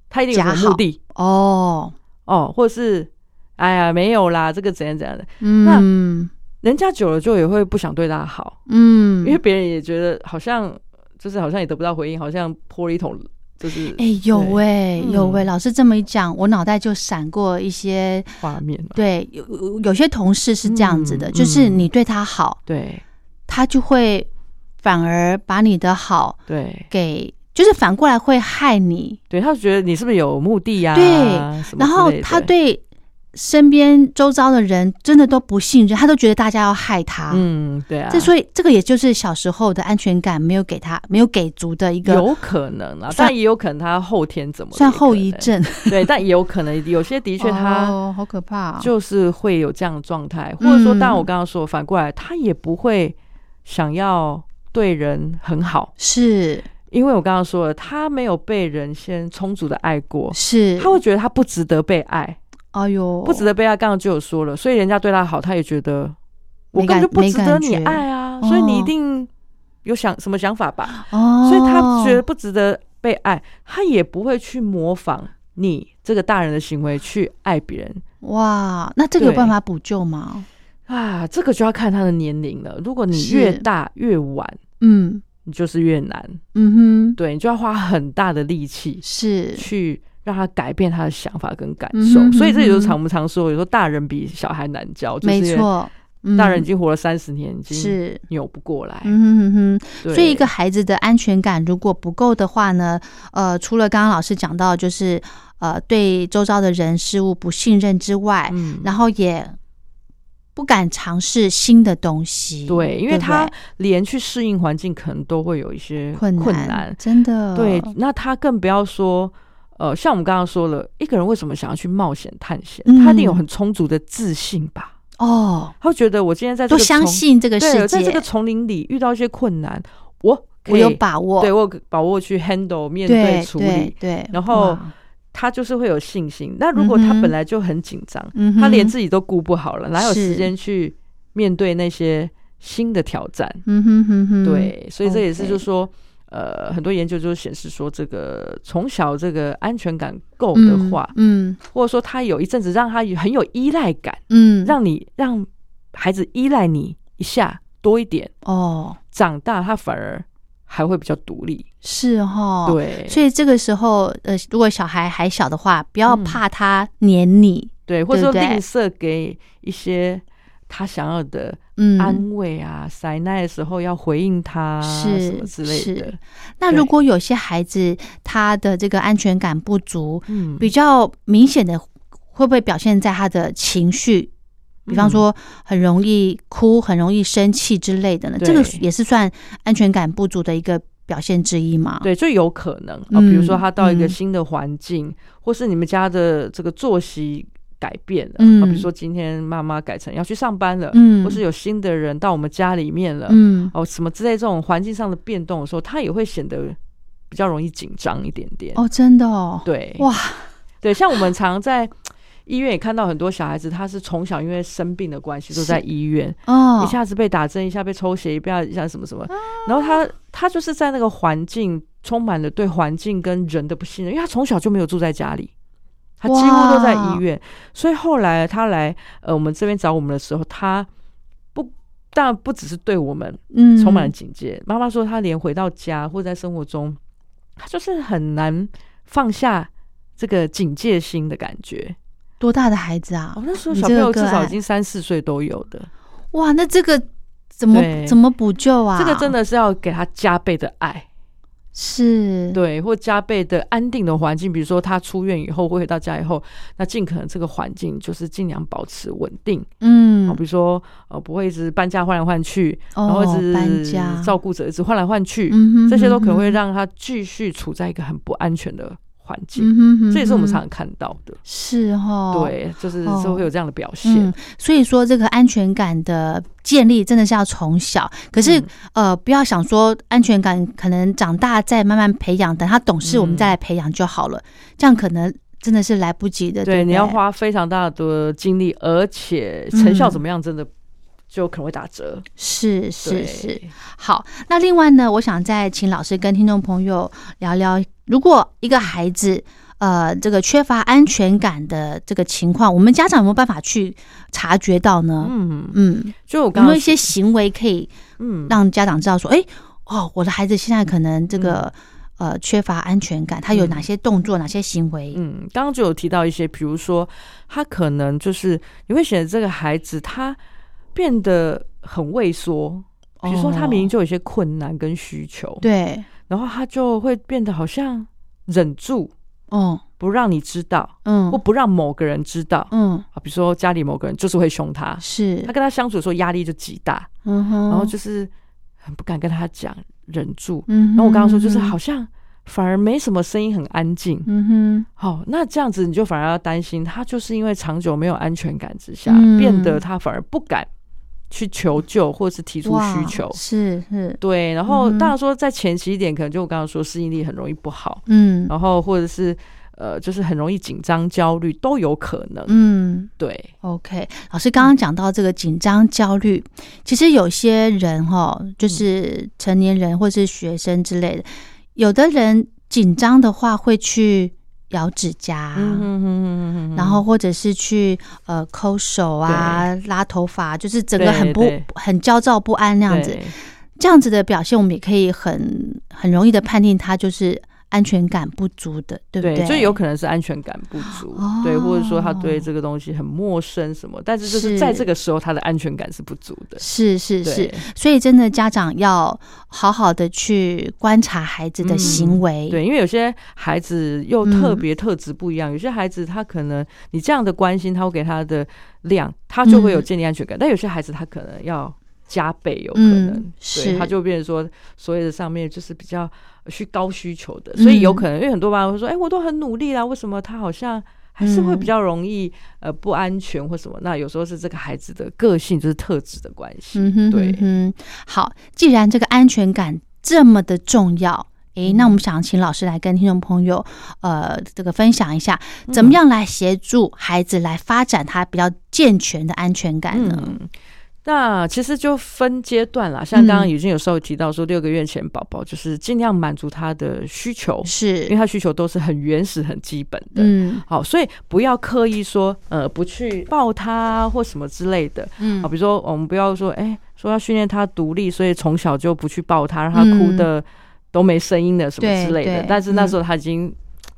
Speaker 2: 他一定有
Speaker 1: 假
Speaker 2: 什么目
Speaker 1: 好
Speaker 2: 的。
Speaker 1: 哦，
Speaker 2: 哦，或者是哎呀没有啦，这个怎样怎样的。
Speaker 1: 嗯，
Speaker 2: 人家久了就也会不想对他好，
Speaker 1: 嗯
Speaker 2: 因为别人也觉得好像就是好像也得不到回应，好像泼了一桶就是
Speaker 1: 哎、有
Speaker 2: 对
Speaker 1: 哎、有
Speaker 2: 嗯
Speaker 1: 哎、老师这么一讲，我脑袋就闪过一些，
Speaker 2: 画面啊了。
Speaker 1: 对，有有有些同事是这样子的，
Speaker 2: 嗯
Speaker 1: 就是
Speaker 2: 嗯
Speaker 1: 你对他好，
Speaker 2: 对
Speaker 1: 他就会反而把你的好
Speaker 2: 对
Speaker 1: 给，就是反过来会害你，
Speaker 2: 对，他觉得你是不是有目的呀、
Speaker 1: 对
Speaker 2: 什么
Speaker 1: 然
Speaker 2: 之
Speaker 1: 后
Speaker 2: 类的
Speaker 1: 他对身边周遭的人真的都不信任，他都觉得大家要害他。
Speaker 2: 嗯对啊，
Speaker 1: 这所以这个也就是小时候的安全感没有给他没有给足的一个
Speaker 2: 有可能啊，
Speaker 1: 算
Speaker 2: 但也有可能他后天怎么了
Speaker 1: 算
Speaker 2: 也可
Speaker 1: 后遗
Speaker 2: 能
Speaker 1: 症，
Speaker 2: 对，但也有可能有些的确他。
Speaker 1: 哦、好可怕、哦，
Speaker 2: 就是会有这样的状态，或者说，
Speaker 1: 嗯
Speaker 2: 但我刚刚说，反过来他也不会想要对人很好，
Speaker 1: 是
Speaker 2: 因为我刚刚说了，他没有被人先充足的爱过，
Speaker 1: 是，
Speaker 2: 他会觉得他不值得被爱，
Speaker 1: 哎呦，
Speaker 2: 不值得被爱。刚刚就有说了，所以人家对他好，他也觉得我根本
Speaker 1: 没感
Speaker 2: 就不
Speaker 1: 没
Speaker 2: 值得
Speaker 1: 感
Speaker 2: 你
Speaker 1: 觉
Speaker 2: 爱啊，所以你一
Speaker 1: 哦
Speaker 2: 定有想什么想法吧？
Speaker 1: 哦，
Speaker 2: 所以他觉得不值得被爱，他也不会去模仿你这个大人的行为去爱别人。
Speaker 1: 哇，那这个有
Speaker 2: 对
Speaker 1: 办法补救吗？
Speaker 2: 啊，这个就要看他的年龄了。如果你越
Speaker 1: 是
Speaker 2: 大越晚，
Speaker 1: 嗯
Speaker 2: 你就是越难，
Speaker 1: 嗯哼，
Speaker 2: 对你就要花很大的力气
Speaker 1: 是
Speaker 2: 去让他改变他的想法跟感
Speaker 1: 嗯
Speaker 2: 受。
Speaker 1: 哼
Speaker 2: 所以这也就是
Speaker 1: 嗯哼
Speaker 2: 常我们常说，有时候大人比小孩难教，就是
Speaker 1: 没
Speaker 2: 因为
Speaker 1: 错，
Speaker 2: 大人已
Speaker 1: 嗯
Speaker 2: 经活了三十年，已经
Speaker 1: 是。
Speaker 2: 扭不过来。
Speaker 1: 嗯哼哼
Speaker 2: 对
Speaker 1: 哼，所以一个孩子的安全感如果不够的话呢，呃，除了刚刚老师讲到，就是呃对周遭的人事物不信任之外，
Speaker 2: 嗯
Speaker 1: 然后也不敢尝试新的东西，
Speaker 2: 对，因为
Speaker 1: 不
Speaker 2: 他
Speaker 1: 对
Speaker 2: 连去适应环境可能都会有一些
Speaker 1: 困呃
Speaker 2: 难。
Speaker 1: 真的
Speaker 2: 对，那他更不要说，呃，像我们刚刚说了，一个人为什么想要去冒险探险？他一定有
Speaker 1: 嗯
Speaker 2: 很充足的自信吧？
Speaker 1: 哦，
Speaker 2: 他会觉得我今天在这
Speaker 1: 都
Speaker 2: 个
Speaker 1: 相
Speaker 2: 丛，
Speaker 1: 信这个世
Speaker 2: 对，
Speaker 1: 界，
Speaker 2: 我在这个丛林里遇到一些困难，我可
Speaker 1: 我
Speaker 2: 以
Speaker 1: 有把握，
Speaker 2: 对我有把握去 handle 面
Speaker 1: 对
Speaker 2: 处
Speaker 1: 对
Speaker 2: 理，
Speaker 1: 对，
Speaker 2: 然后
Speaker 1: 哇
Speaker 2: 他就是会有信心。那如果他
Speaker 1: 嗯哼
Speaker 2: 本来就很紧张，
Speaker 1: 嗯哼
Speaker 2: 他连自己都顾不好了，哪有
Speaker 1: 是
Speaker 2: 时间去面对那些新的挑战？
Speaker 1: 嗯哼哼哼，
Speaker 2: 对，所以这也是
Speaker 1: OK
Speaker 2: 就是说。呃，很多研究就显示说，这个呃从小这个安全感够
Speaker 1: 嗯，
Speaker 2: 的话，
Speaker 1: 嗯
Speaker 2: 或者说他有一阵子让他很有依赖感，
Speaker 1: 嗯，
Speaker 2: 让你让孩子依赖你一下多一点，
Speaker 1: 哦
Speaker 2: 长大他反而还会比较独立。
Speaker 1: 是哈，。
Speaker 2: 对
Speaker 1: 所以这个时候，呃，如果小孩还小的话，不要
Speaker 2: 嗯
Speaker 1: 怕他黏你，
Speaker 2: 对，或者说
Speaker 1: 对不对
Speaker 2: 吝啬给一些他想要的
Speaker 1: 嗯，
Speaker 2: 安慰啊，塞奶的时候要回应他啊
Speaker 1: 是
Speaker 2: 什么之类的
Speaker 1: 是。那
Speaker 2: 对
Speaker 1: 如果有些孩子他的这个安全感不足，
Speaker 2: 嗯，
Speaker 1: 比较明显的会不会表现在他的情绪？比方
Speaker 2: 嗯
Speaker 1: 说，很容易哭，很容易生气之类的呢，
Speaker 2: 对
Speaker 1: 这个也是算安全感不足的一个表现之一嘛？，
Speaker 2: 对，就有可能啊、比如说
Speaker 1: 嗯
Speaker 2: 他到一个
Speaker 1: 嗯
Speaker 2: 新的环境，或是你们家的这个作息改变了，
Speaker 1: 嗯
Speaker 2: 啊比如说今天妈妈改成要去上班了，
Speaker 1: 嗯
Speaker 2: 或是有新的人到我们家里面了，
Speaker 1: 嗯，
Speaker 2: 哦，什么之类这种环境上的变动的时候，他也会显得比较容易紧张一点点。
Speaker 1: 哦，真的哦，
Speaker 2: 对，
Speaker 1: 哇，
Speaker 2: 对，像我们常在医院也看到很多小孩子，他是从小因为生病的关系都
Speaker 1: 是
Speaker 2: 在医院，
Speaker 1: 哦，
Speaker 2: 一下子被打针，一下被抽血，一下一下什么什么，然后他他就是在那个环境充满了对环境跟人的不信任，因为他从小就没有住在家里。他几乎都在医院，所以后来他来呃我们这边找我们的时候，他不当然不只是对我们，
Speaker 1: 嗯，
Speaker 2: 充满了警戒。妈妈说，她连回到家或在生活中，她就是很难放下这个警戒心的感觉。
Speaker 1: 多大的孩子啊？
Speaker 2: 哦，那时候
Speaker 1: 你
Speaker 2: 小
Speaker 1: 这
Speaker 2: 朋
Speaker 1: 个
Speaker 2: 友
Speaker 1: 个
Speaker 2: 至少
Speaker 1: 案
Speaker 2: 已经三四岁都有的，
Speaker 1: 哇，那这个怎么
Speaker 2: 对
Speaker 1: 怎么补救啊？
Speaker 2: 这个真的是要给他加倍的爱，
Speaker 1: 是，
Speaker 2: 对，或加倍的安定的环境。比如说他出院以后，回到家以后，那尽可能这个环境就是尽量保持稳定。哦，
Speaker 1: 嗯
Speaker 2: 比，如说呃，不会一直搬家换来换去，然后
Speaker 1: 哦搬
Speaker 2: 一直
Speaker 1: 家
Speaker 2: 照顾者一直换来换去，
Speaker 1: 嗯哼
Speaker 2: 这些都可能会
Speaker 1: 嗯哼
Speaker 2: 让他继续处在一个很不安全的环境。
Speaker 1: 嗯哼哼
Speaker 2: 这也是我们
Speaker 1: 哼
Speaker 2: 常常看到的，
Speaker 1: 是哈，。
Speaker 2: 对，就是
Speaker 1: 哦
Speaker 2: 是会有这样的表现。
Speaker 1: 嗯，所以说这个安全感的建立真的是要从小，可是、
Speaker 2: 嗯
Speaker 1: 呃，不要想说安全感可能长大再慢慢培养，等他懂事我们
Speaker 2: 嗯
Speaker 1: 再来培养就好了，这样可能真的是来不及的。对
Speaker 2: 对，
Speaker 1: 不对，
Speaker 2: 你要花非常大的精力，而且成效
Speaker 1: 嗯
Speaker 2: 怎么样，真的就可能会打折。
Speaker 1: 是是
Speaker 2: 对
Speaker 1: 是，好，那另外呢，我想再请老师跟听众朋友聊聊，如果一个孩子呃这个缺乏安全感的这个情况，我们家长有没有办法去察觉到呢？嗯嗯，
Speaker 2: 就我
Speaker 1: 有
Speaker 2: 刚
Speaker 1: 没有
Speaker 2: 刚
Speaker 1: 一些行为可以
Speaker 2: 嗯
Speaker 1: 让家长知道说，哎、哦，我的孩子现在可能这个、
Speaker 2: 嗯
Speaker 1: 呃缺乏安全感，他有哪些动作、哪些行为？
Speaker 2: 嗯，刚刚就有提到一些，比如说他可能就是你会显得这个孩子他变得很畏缩，比如说他明明
Speaker 1: 哦
Speaker 2: 就有一些困难跟需求，，
Speaker 1: 对，
Speaker 2: 然后他就会变得好像忍住
Speaker 1: 哦，
Speaker 2: 不让你知道，
Speaker 1: 嗯
Speaker 2: 或不让某个人知道
Speaker 1: 嗯，
Speaker 2: 啊，比如说家里某个人就是会凶他，
Speaker 1: 是
Speaker 2: 他，跟他相处的时候压力就极大，
Speaker 1: 嗯哼，
Speaker 2: 然后就是很不敢跟他讲，忍住。
Speaker 1: 嗯哼，嗯哼，
Speaker 2: 然后我刚刚说就是好像反而没什么声音，很安静。
Speaker 1: 嗯
Speaker 2: 好、那这样子你就反而要担心，他就是因为长久没有安全感之下，
Speaker 1: 嗯
Speaker 2: 变得他反而不敢去求救或是提
Speaker 1: 哼，
Speaker 2: 出
Speaker 1: 哇
Speaker 2: 需求。
Speaker 1: 是是，
Speaker 2: 对，然后
Speaker 1: 嗯哼
Speaker 2: 当然说在前期一点，可能就我刚刚说适应力很容易不好，
Speaker 1: 嗯
Speaker 2: 然后或者是呃，就是很容易紧张、焦虑都有可能。
Speaker 1: 嗯。
Speaker 2: 对，
Speaker 1: OK，老师刚刚讲到这个紧张、焦虑，其实有些人哈、就是成年人或是学生之类的，有的人紧张的话会去咬指甲，啊
Speaker 2: 嗯嗯嗯
Speaker 1: 然后或者是去呃抠手啊、拉头发，就是整个很不
Speaker 2: 对对
Speaker 1: 很焦躁不安那样子。这样子的表现，我们也可以很很容易的判定他就是安全感不足的，对不哦
Speaker 2: 对，
Speaker 1: 对？
Speaker 2: 就有可能是安全感不足，对，或者说他对这个东西很陌生什么，但是就是
Speaker 1: 是
Speaker 2: 在这个时候他的安全感是不足的。
Speaker 1: 是是
Speaker 2: 对
Speaker 1: 是，所以真的家长要好好的去观察孩子的行为，
Speaker 2: 嗯对，因为有些孩子又
Speaker 1: 嗯
Speaker 2: 特别特质不一样，有些孩子他可能你这样的关心，他会给他的量，他就会有
Speaker 1: 嗯
Speaker 2: 建立安全感。但有些孩子他可能要加倍，有可能，
Speaker 1: 嗯是
Speaker 2: 对，他就变成说，所有的上面就是比较需高需求的，所以
Speaker 1: 嗯
Speaker 2: 有可能，因为很多爸妈会说，哎、我都很努力啦，为什么他好像？还是
Speaker 1: 嗯
Speaker 2: 会比较容易、呃不安全或什么，那有时候是这个孩子的个性就是特质的关系，
Speaker 1: 嗯哼，
Speaker 2: 对，
Speaker 1: 嗯哼，好，既然这个安全感这么的重要。
Speaker 2: 嗯
Speaker 1: 诶，那我们想请老师来跟听众朋友，呃，这个分享一下，
Speaker 2: 嗯
Speaker 1: 怎么样来协助孩子来发展他比较健全的安全感呢？
Speaker 2: 嗯，那其实就分阶段啦，
Speaker 1: 嗯
Speaker 2: 像刚刚已经有稍微提到说，六个月前宝宝就是尽量满足他的需求，因为
Speaker 1: 是，
Speaker 2: 他需求都是很原始、很基本的。
Speaker 1: 嗯
Speaker 2: 好，所以不要刻意说，呃，不去抱他或什么之类的。
Speaker 1: 嗯
Speaker 2: 好，比如说我们不要说，哎、说要训练他独立，所以从小就不去抱他，让他哭的都没声音的什么之类
Speaker 1: 对
Speaker 2: 的
Speaker 1: 嗯对。嗯
Speaker 2: 但是那时候他已经、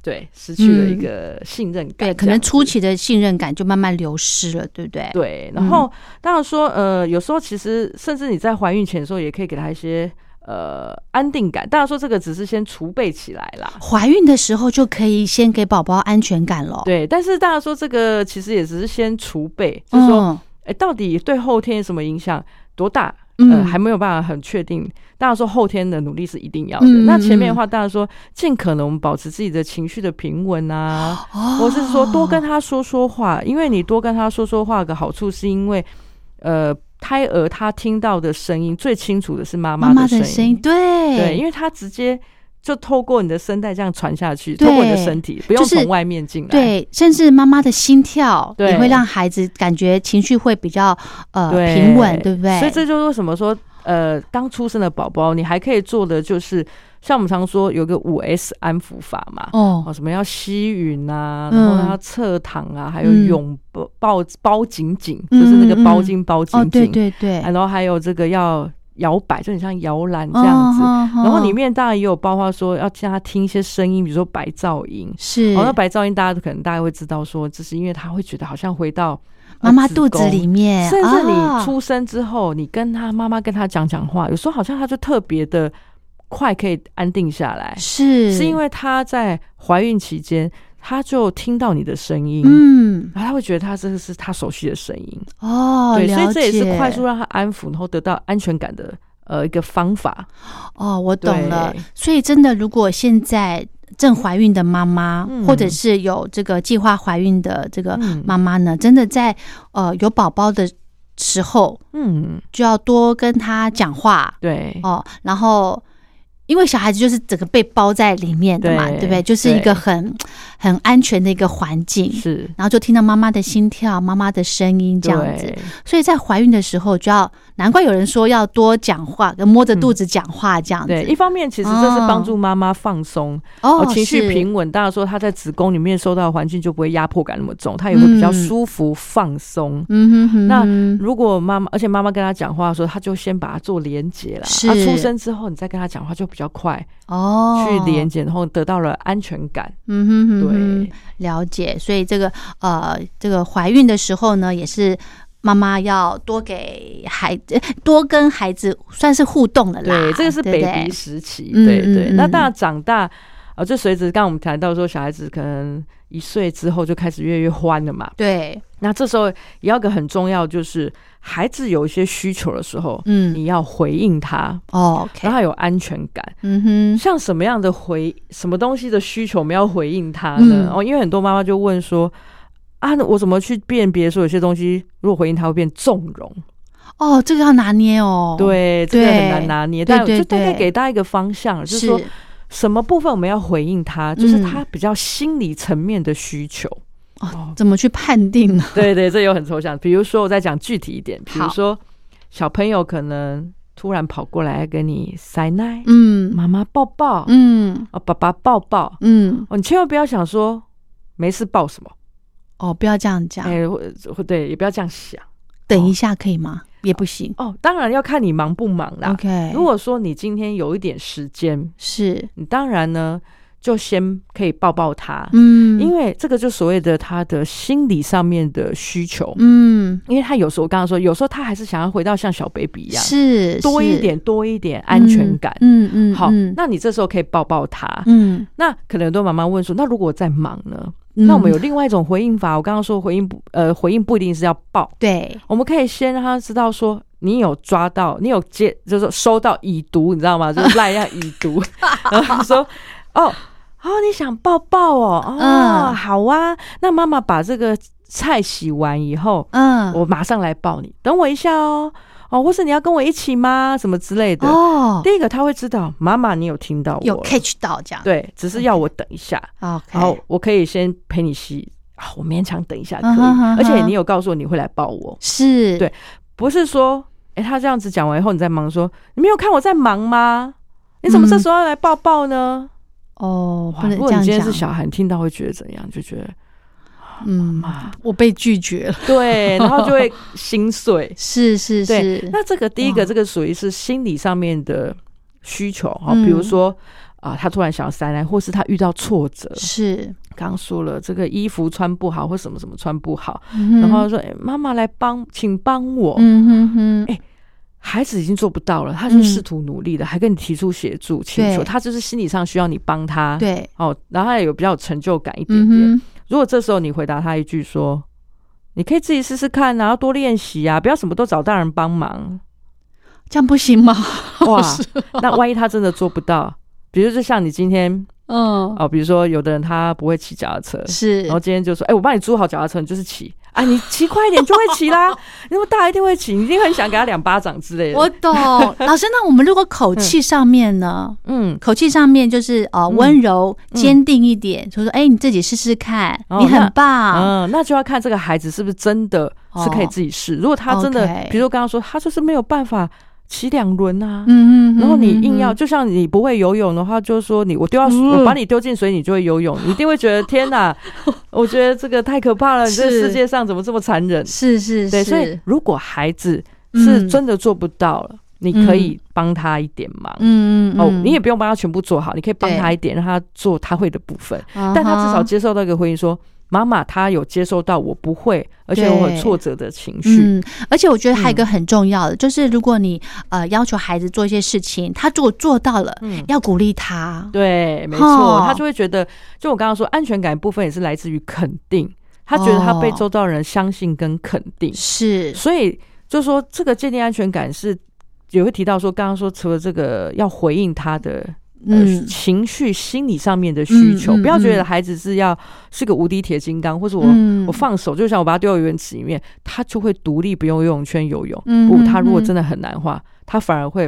Speaker 2: 对失去了一个信任感、
Speaker 1: 对，可
Speaker 2: 这
Speaker 1: 能
Speaker 2: 样
Speaker 1: 初
Speaker 2: 子
Speaker 1: 期的信任感就慢慢流失了，对不对？
Speaker 2: 对，
Speaker 1: 嗯
Speaker 2: 然后、当然说，呃，有时候其实甚至你在怀孕前的时候，也可以给他一些呃安定感。当然说这个只是先储备起来啦。
Speaker 1: 怀孕的时候就可以先给宝宝安全感了。
Speaker 2: 对，但是当然说这个其实也只是先储备，就是
Speaker 1: 嗯，
Speaker 2: 说，哎、到底对后天有什么影响多大？呃，
Speaker 1: 嗯
Speaker 2: 还没有办法很确定。当然说后天的努力是一定要的。
Speaker 1: 嗯
Speaker 2: 那
Speaker 1: 嗯
Speaker 2: 前面
Speaker 1: 嗯
Speaker 2: 的话，当然说尽可能我们保持自己的情绪的平稳啊，
Speaker 1: 哦
Speaker 2: 我是说多跟他说说话，因为你多跟他说说话的好处是因为，呃，胎儿他听到的声音最清楚的是妈
Speaker 1: 妈妈
Speaker 2: 的
Speaker 1: 的声音，对
Speaker 2: 对，因为他直接就透过你的声带这样传下去，透过你的
Speaker 1: 对
Speaker 2: 身体，不用
Speaker 1: 就是
Speaker 2: 从外面进来。
Speaker 1: 对，甚至妈妈的心跳
Speaker 2: 对
Speaker 1: 也会让孩子感觉情绪会比较呃
Speaker 2: 对
Speaker 1: 平稳，对不对？
Speaker 2: 所以这就是为什么说，呃，刚出生的宝宝，你还可以做的就是，像我们常说有个五 S 安抚法嘛，
Speaker 1: 哦
Speaker 2: 哦，什么要吸吮啊，
Speaker 1: 嗯
Speaker 2: 然后要侧躺啊，还有
Speaker 1: 嗯
Speaker 2: 拥抱抱包紧紧，
Speaker 1: 嗯
Speaker 2: 就是那个包
Speaker 1: 嗯
Speaker 2: 巾包紧
Speaker 1: 哦，
Speaker 2: 紧，
Speaker 1: 对对对，
Speaker 2: 啊然后还有这个要摇摆，就很像摇篮这样子。
Speaker 1: 哦
Speaker 2: 然后里
Speaker 1: 哦
Speaker 2: 面当然也有包括说要让他听一些声音，比如说白噪音。哦
Speaker 1: 是
Speaker 2: 好，那白噪音大家可能大家会知道说，这是因为他会觉得好像回到呃
Speaker 1: 妈妈肚子里
Speaker 2: 面。
Speaker 1: 面，
Speaker 2: 甚至
Speaker 1: 哦
Speaker 2: 你出生之后，你跟他妈妈跟他讲讲话，有时候好像他就特别的快可以安定下来，
Speaker 1: 是
Speaker 2: 是因为他在怀孕期间他就听到你的声音，啊
Speaker 1: 嗯
Speaker 2: 然后他会觉得他这个是他熟悉的声音，
Speaker 1: 哦，
Speaker 2: 对，所
Speaker 1: 了
Speaker 2: 以这也是
Speaker 1: 解
Speaker 2: 快速让他安抚，然后得到安全感的呃一个方法。
Speaker 1: 哦，我懂了
Speaker 2: 对。
Speaker 1: 所以真的，如果现在正怀孕的妈妈，
Speaker 2: 嗯
Speaker 1: 或者是有这个计划怀孕的这个
Speaker 2: 嗯
Speaker 1: 妈妈呢，真的在呃有宝宝的时候，
Speaker 2: 嗯，
Speaker 1: 就要多跟她讲话
Speaker 2: 对，
Speaker 1: 哦，然后。因为小孩子就是整个被包在里面的嘛，
Speaker 2: 对
Speaker 1: 对不对？就是一
Speaker 2: 对
Speaker 1: 个很很安全的一个环境，
Speaker 2: 是
Speaker 1: 然后就听到妈妈的心跳、妈妈的声音这样子
Speaker 2: 对。
Speaker 1: 所以在怀孕的时候就要，难怪有人说要多讲话，跟摸着肚子讲话这样子。
Speaker 2: 嗯对，一方面其实这是帮
Speaker 1: 哦
Speaker 2: 助妈妈放松，
Speaker 1: 哦
Speaker 2: 哦，情绪
Speaker 1: 是
Speaker 2: 平稳，当然说她在子宫里面受到的环境就不会压迫感那么重，她也会比较
Speaker 1: 嗯
Speaker 2: 舒服、放松。
Speaker 1: 嗯哼哼
Speaker 2: 那
Speaker 1: 哼
Speaker 2: 如果妈妈，而且妈妈跟她讲话的时候，她就先把它做连接啦。
Speaker 1: 是
Speaker 2: 她出生之后，你再跟她讲话就比较快，
Speaker 1: 哦，
Speaker 2: 去连接，然后得到了安全感。
Speaker 1: 嗯哼哼哼
Speaker 2: 对，
Speaker 1: 了解。所以这个呃，这个怀孕的时候呢，也是妈妈要多给孩子多跟孩子算是互动了啦。
Speaker 2: 对，这个是
Speaker 1: 对不
Speaker 2: baby
Speaker 1: 对
Speaker 2: 时期，
Speaker 1: 嗯
Speaker 2: 对对。
Speaker 1: 嗯
Speaker 2: 那
Speaker 1: 嗯
Speaker 2: 当然长大，呃，就随着刚刚我们谈到说，小孩子可能一岁之后就开始越来越欢了嘛。
Speaker 1: 对，
Speaker 2: 那这时候也要个很重要，就是孩子有一些需求的时候，
Speaker 1: 嗯
Speaker 2: 你要回应他，
Speaker 1: 哦
Speaker 2: 让
Speaker 1: ，OK，
Speaker 2: 他有安全感。
Speaker 1: 嗯哼，
Speaker 2: 像什么样的回什么东西的需求，我们要回应他呢？
Speaker 1: 嗯
Speaker 2: 哦，因为很多妈妈就问说。啊，那我怎么去辨别说有些东西，如果回应他会变纵容？
Speaker 1: 哦，这个要拿捏哦，，
Speaker 2: 对，这个
Speaker 1: 对
Speaker 2: 很难拿捏，
Speaker 1: 对
Speaker 2: 但
Speaker 1: 对
Speaker 2: 就大概
Speaker 1: 对
Speaker 2: 给大家一个方向，就是
Speaker 1: 是
Speaker 2: 说什么部分我们要回应他，就是
Speaker 1: 嗯
Speaker 2: 他比较心理层面的需求。
Speaker 1: 哦，怎么去判定 <laughs> 呢？
Speaker 2: 对对，这有很抽象。比如说，我再讲具体一点，比如
Speaker 1: 好
Speaker 2: 说小朋友可能突然跑过来跟你塞奶，
Speaker 1: 嗯
Speaker 2: 妈妈抱抱，
Speaker 1: 嗯
Speaker 2: 哦，爸爸抱抱，
Speaker 1: 嗯，
Speaker 2: 哦，你千万不要想说没事抱什么，
Speaker 1: 哦，不要这样讲，
Speaker 2: 哎、或或对，也不要这样想。
Speaker 1: 等一下可以吗？也不行
Speaker 2: 哦，当然要看你忙不忙啦。
Speaker 1: ，OK，
Speaker 2: 如果说你今天有一点时间，
Speaker 1: 是
Speaker 2: 你当然呢就先可以抱抱他，
Speaker 1: 嗯，
Speaker 2: 哦因为这个就所谓的他的心理上面的需求。
Speaker 1: 嗯
Speaker 2: 因为他有时候我刚刚说，有时候他还是想要回到像小 baby 一样，
Speaker 1: 是
Speaker 2: 多一
Speaker 1: 是
Speaker 2: 点多一点安全感。
Speaker 1: 嗯嗯，嗯
Speaker 2: 好，
Speaker 1: 嗯
Speaker 2: 那你这时候可以抱抱他。
Speaker 1: 嗯，
Speaker 2: 那可能很多妈妈问说，那如果我在忙呢？
Speaker 1: 嗯
Speaker 2: 那我们有另外一种回应法。我刚刚说回应不呃回应不一定是要抱，
Speaker 1: 对
Speaker 2: 我们可以先让他知道说。你有抓到，你有接，就是收到已读，你知道吗？就是赖要已读，
Speaker 1: <laughs>
Speaker 2: 然后说哦哦，你想抱抱哦，哦、
Speaker 1: 嗯
Speaker 2: 好啊，那妈妈把这个菜洗完以后，
Speaker 1: 嗯，
Speaker 2: 我马上来抱你，等我一下哦，哦，或是你要跟我一起吗？什么之类的。
Speaker 1: 哦，
Speaker 2: 第一个他会知道妈妈你有听到我，
Speaker 1: 有 catch 到这样，
Speaker 2: 对，只是要我等一下，
Speaker 1: ，OK，
Speaker 2: 然后我可以先陪你吸啊，我勉强等一下可以，
Speaker 1: 嗯哼哼哼
Speaker 2: 而且你有告诉我你会来抱我，
Speaker 1: 是，
Speaker 2: 对不是说，哎、他这样子讲完以后你在忙说，你没有看我在忙吗？你怎么这时候要来抱抱呢？
Speaker 1: 哦，不
Speaker 2: 哇，
Speaker 1: 能
Speaker 2: 如
Speaker 1: 这
Speaker 2: 果你
Speaker 1: 样
Speaker 2: 今天是
Speaker 1: 讲，
Speaker 2: 小孩，你听到会觉得怎样？就觉得
Speaker 1: 嗯，我被拒绝了，。
Speaker 2: 对，然后就会心碎
Speaker 1: 是是
Speaker 2: 对
Speaker 1: 是，，
Speaker 2: 那这个第一
Speaker 1: 哇
Speaker 2: 个，这个属于是心理上面的需求哈，
Speaker 1: 嗯
Speaker 2: 比如说啊、他突然想要塞奶，或是他遇到挫折，
Speaker 1: 是，
Speaker 2: 刚刚说了这个衣服穿不好或什么什么穿不好，
Speaker 1: 然
Speaker 2: 然后说哎妈妈来帮，请帮我。
Speaker 1: 嗯哼哼，
Speaker 2: 哎孩子已经做不到了，他就试图努力了，还跟你提出协助请求，
Speaker 1: 嗯对
Speaker 2: 他就是心理上需要你帮他。，
Speaker 1: 对，
Speaker 2: 哦，然后他也有比较有成就感一点点。
Speaker 1: 嗯哼，
Speaker 2: 如果这时候你回答他一句说：“你可以自己试试看啊，要多练习啊，不要什么都找大人帮忙。”
Speaker 1: 这样不行吗？
Speaker 2: 哇
Speaker 1: <laughs> 是，
Speaker 2: 那万一他真的做不到，比如就像你今天
Speaker 1: 嗯，
Speaker 2: 哦，比如说有的人他不会骑脚踏车，
Speaker 1: 是
Speaker 2: 然，后今天就说，哎、我帮你租好脚踏车，你就是骑啊，你骑快一点就会骑啦， <laughs> 你那么大一定会骑，你一定很想给他两巴掌之类的。
Speaker 1: 我懂，老师，那我们如果口气上面呢？
Speaker 2: 嗯，
Speaker 1: 口气上面就是呃温柔、坚定一点，就说：“哎，你自己试试看，
Speaker 2: 哦
Speaker 1: 你很
Speaker 2: 那
Speaker 1: 棒。
Speaker 2: 嗯，那就要看这个孩子是不是真的是可以自己试。如果他真的
Speaker 1: OK，
Speaker 2: 比如说刚刚说他就是没有办法骑两轮啊”。
Speaker 1: 嗯嗯，
Speaker 2: 然后你
Speaker 1: 嗯
Speaker 2: 硬要，
Speaker 1: 嗯
Speaker 2: 就像你不会游泳的话，就说你我丢到水，我把你丢进水，你就会游泳，你一定会觉得天
Speaker 1: <laughs>
Speaker 2: 哪！我觉得这个太可怕了，你这
Speaker 1: 是
Speaker 2: 世界上怎么这么残忍？
Speaker 1: 是是
Speaker 2: 对，
Speaker 1: 是，
Speaker 2: 所以如果孩子
Speaker 1: 嗯
Speaker 2: 是真的做不到了，你可以帮他一点忙。
Speaker 1: 嗯嗯
Speaker 2: 哦，
Speaker 1: 嗯
Speaker 2: 你也不用帮他全部做好，你可以帮
Speaker 1: 对啊
Speaker 2: 他一点，让他做他会的部分。
Speaker 1: 但
Speaker 2: 但他至少接受到一个回应说，妈妈，他有接受到我不会，而且我
Speaker 1: 对
Speaker 2: 很挫折的情绪。
Speaker 1: 嗯，而且我觉得还有一个很重要的，就是如果你呃要求孩子做一些事情，他如果做到了，
Speaker 2: 嗯
Speaker 1: 要鼓励他。
Speaker 2: 对，没
Speaker 1: 哦
Speaker 2: 错，他就会觉得，就我刚刚说，安全感部分也是来自于肯定，他觉得他被
Speaker 1: 哦
Speaker 2: 周遭人相信跟肯定，
Speaker 1: 是，
Speaker 2: 所以就说这个建立安全感是也会提到说，刚刚说除了这个呃要回应他的呃
Speaker 1: 嗯，
Speaker 2: 情绪、心理上面的需求，
Speaker 1: 嗯嗯
Speaker 2: 不要觉得孩子是要是个无敌铁金刚，或者我、
Speaker 1: 嗯
Speaker 2: 我放手，就像我把他丢到游泳池里面，他就会独立，不用游泳圈游泳。
Speaker 1: 嗯
Speaker 2: 不，
Speaker 1: 嗯
Speaker 2: 他如果
Speaker 1: 嗯
Speaker 2: 真的很难的话，他反而会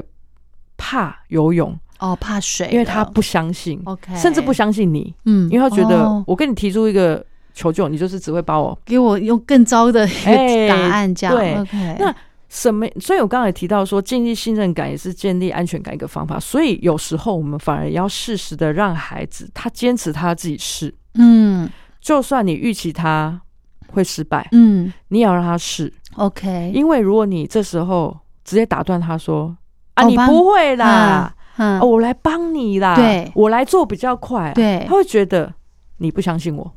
Speaker 2: 怕游泳，
Speaker 1: 哦，怕水了，
Speaker 2: 因为他不相信
Speaker 1: OK
Speaker 2: 甚至不相信你，
Speaker 1: 嗯
Speaker 2: 因为他觉得
Speaker 1: 哦
Speaker 2: 我跟你提出一个求救，你就是只会把我
Speaker 1: 给我用更糟的一
Speaker 2: 哎
Speaker 1: 个答案，这样、
Speaker 2: 对
Speaker 1: OK，
Speaker 2: 那什么？所以我刚才也提到说，建立信任感也是建立安全感一个方法。所以有时候我们反而要适时的让孩子他坚持他自己试，
Speaker 1: 嗯
Speaker 2: 就算你预期他会失败，
Speaker 1: 嗯
Speaker 2: 你也要让他试，
Speaker 1: ，OK，
Speaker 2: 因为如果你这时候直接打断他说：“啊，
Speaker 1: 哦
Speaker 2: 你
Speaker 1: 帮
Speaker 2: 不会啦，
Speaker 1: 嗯、
Speaker 2: 哦，我来帮你啦，
Speaker 1: 对
Speaker 2: 我来做比较快。”
Speaker 1: 对
Speaker 2: 他会觉得你不相信我，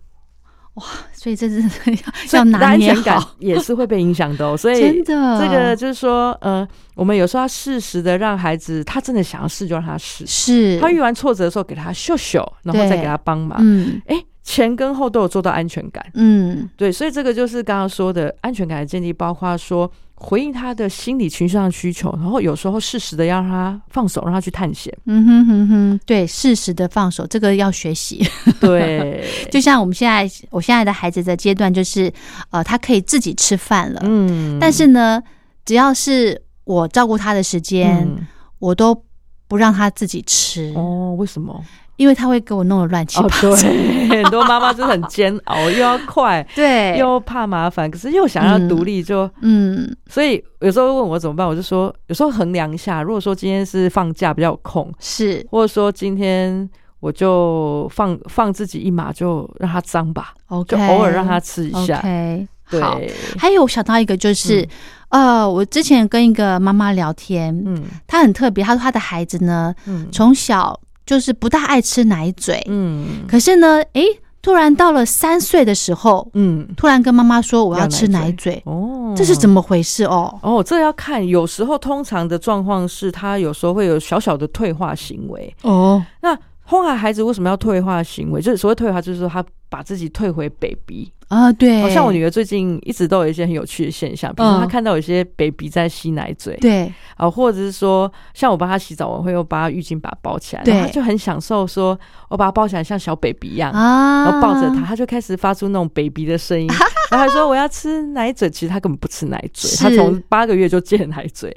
Speaker 1: 所 <laughs> 以这是
Speaker 2: <laughs> 所
Speaker 1: 要
Speaker 2: 以
Speaker 1: 拿
Speaker 2: 安
Speaker 1: 捏
Speaker 2: 全感
Speaker 1: 好，
Speaker 2: 也是会被影响的哦。所以
Speaker 1: 真的
Speaker 2: 这个就是说，呃，我们有时候要适时的让孩子，他真的想要试就让他试，
Speaker 1: 是
Speaker 2: 他遇完挫折的时候给他秀秀，然后
Speaker 1: 对
Speaker 2: 再给他帮忙。
Speaker 1: 嗯
Speaker 2: 哎、前跟后都有做到安全感，
Speaker 1: 嗯
Speaker 2: 对，所以这个就是刚刚说的安全感的建立，包括说回应他的心理情绪上的需求，然后有时候适时的让他放手，让他去探
Speaker 1: <laughs>
Speaker 2: 险。
Speaker 1: 嗯哼哼哼，对，适时的放手，这个要学习。
Speaker 2: 对，
Speaker 1: 就像我们现在，我现在的孩子的阶段就是，呃，他可以自己吃饭了，
Speaker 2: 嗯
Speaker 1: 但是呢，只要是我照顾他的时间，
Speaker 2: 嗯
Speaker 1: 我都不让他自己吃，
Speaker 2: 哦，为什么？
Speaker 1: 因为他会给我弄得乱七
Speaker 2: 哦
Speaker 1: 八，糟。
Speaker 2: 对，很多妈妈就是很煎熬，又要快， <laughs>
Speaker 1: 对，
Speaker 2: 又怕麻烦，可是又想要独立就，
Speaker 1: 哎嗯，
Speaker 2: 所以有时候问我怎么办，我就说，有时候衡量一下，如果说今天是放假比较有空，
Speaker 1: 是
Speaker 2: 或者说今天我就放放自己一马，就让他脏吧，
Speaker 1: OK，
Speaker 2: 就偶尔让他吃一下。
Speaker 1: OK，
Speaker 2: 对，
Speaker 1: 好。还有我想到一个就是，呃，我之前跟一个妈妈聊天，
Speaker 2: 嗯
Speaker 1: 她很特别，她说她的孩子呢
Speaker 2: 嗯
Speaker 1: 从小就是不大爱吃奶嘴，
Speaker 2: 嗯
Speaker 1: 可是呢，诶，突然到了三岁的时候，
Speaker 2: 嗯，
Speaker 1: 突然跟妈妈说我要吃
Speaker 2: 要奶
Speaker 1: 奶
Speaker 2: 嘴
Speaker 1: 嘴，
Speaker 2: 哦，
Speaker 1: 这是怎么回事哦？
Speaker 2: 哦，这要看，有时候通常的状况是他有时候会有小小的退化行为。
Speaker 1: 哦，
Speaker 2: 那后来孩子为什么要退化行为？就是所谓退化，就是说他把自己退回 baby。
Speaker 1: 啊，对，
Speaker 2: 哦好像我女儿最近一直都有一些很有趣的现象，比如说
Speaker 1: 嗯
Speaker 2: 她看到有些 baby 在吸奶嘴，
Speaker 1: 对，
Speaker 2: 啊，或者是说，像我帮她洗澡，我会用把她浴巾把它包起来，
Speaker 1: 对
Speaker 2: 然后她就很享受说，我把它包起来像小 baby 一样。
Speaker 1: 啊，
Speaker 2: 然后抱着她，她就开始发出那种 baby 的声
Speaker 1: <laughs>
Speaker 2: 音，然后还说我要吃奶嘴，其实她根本不吃奶嘴，
Speaker 1: 是
Speaker 2: 她从八个月就戒奶嘴，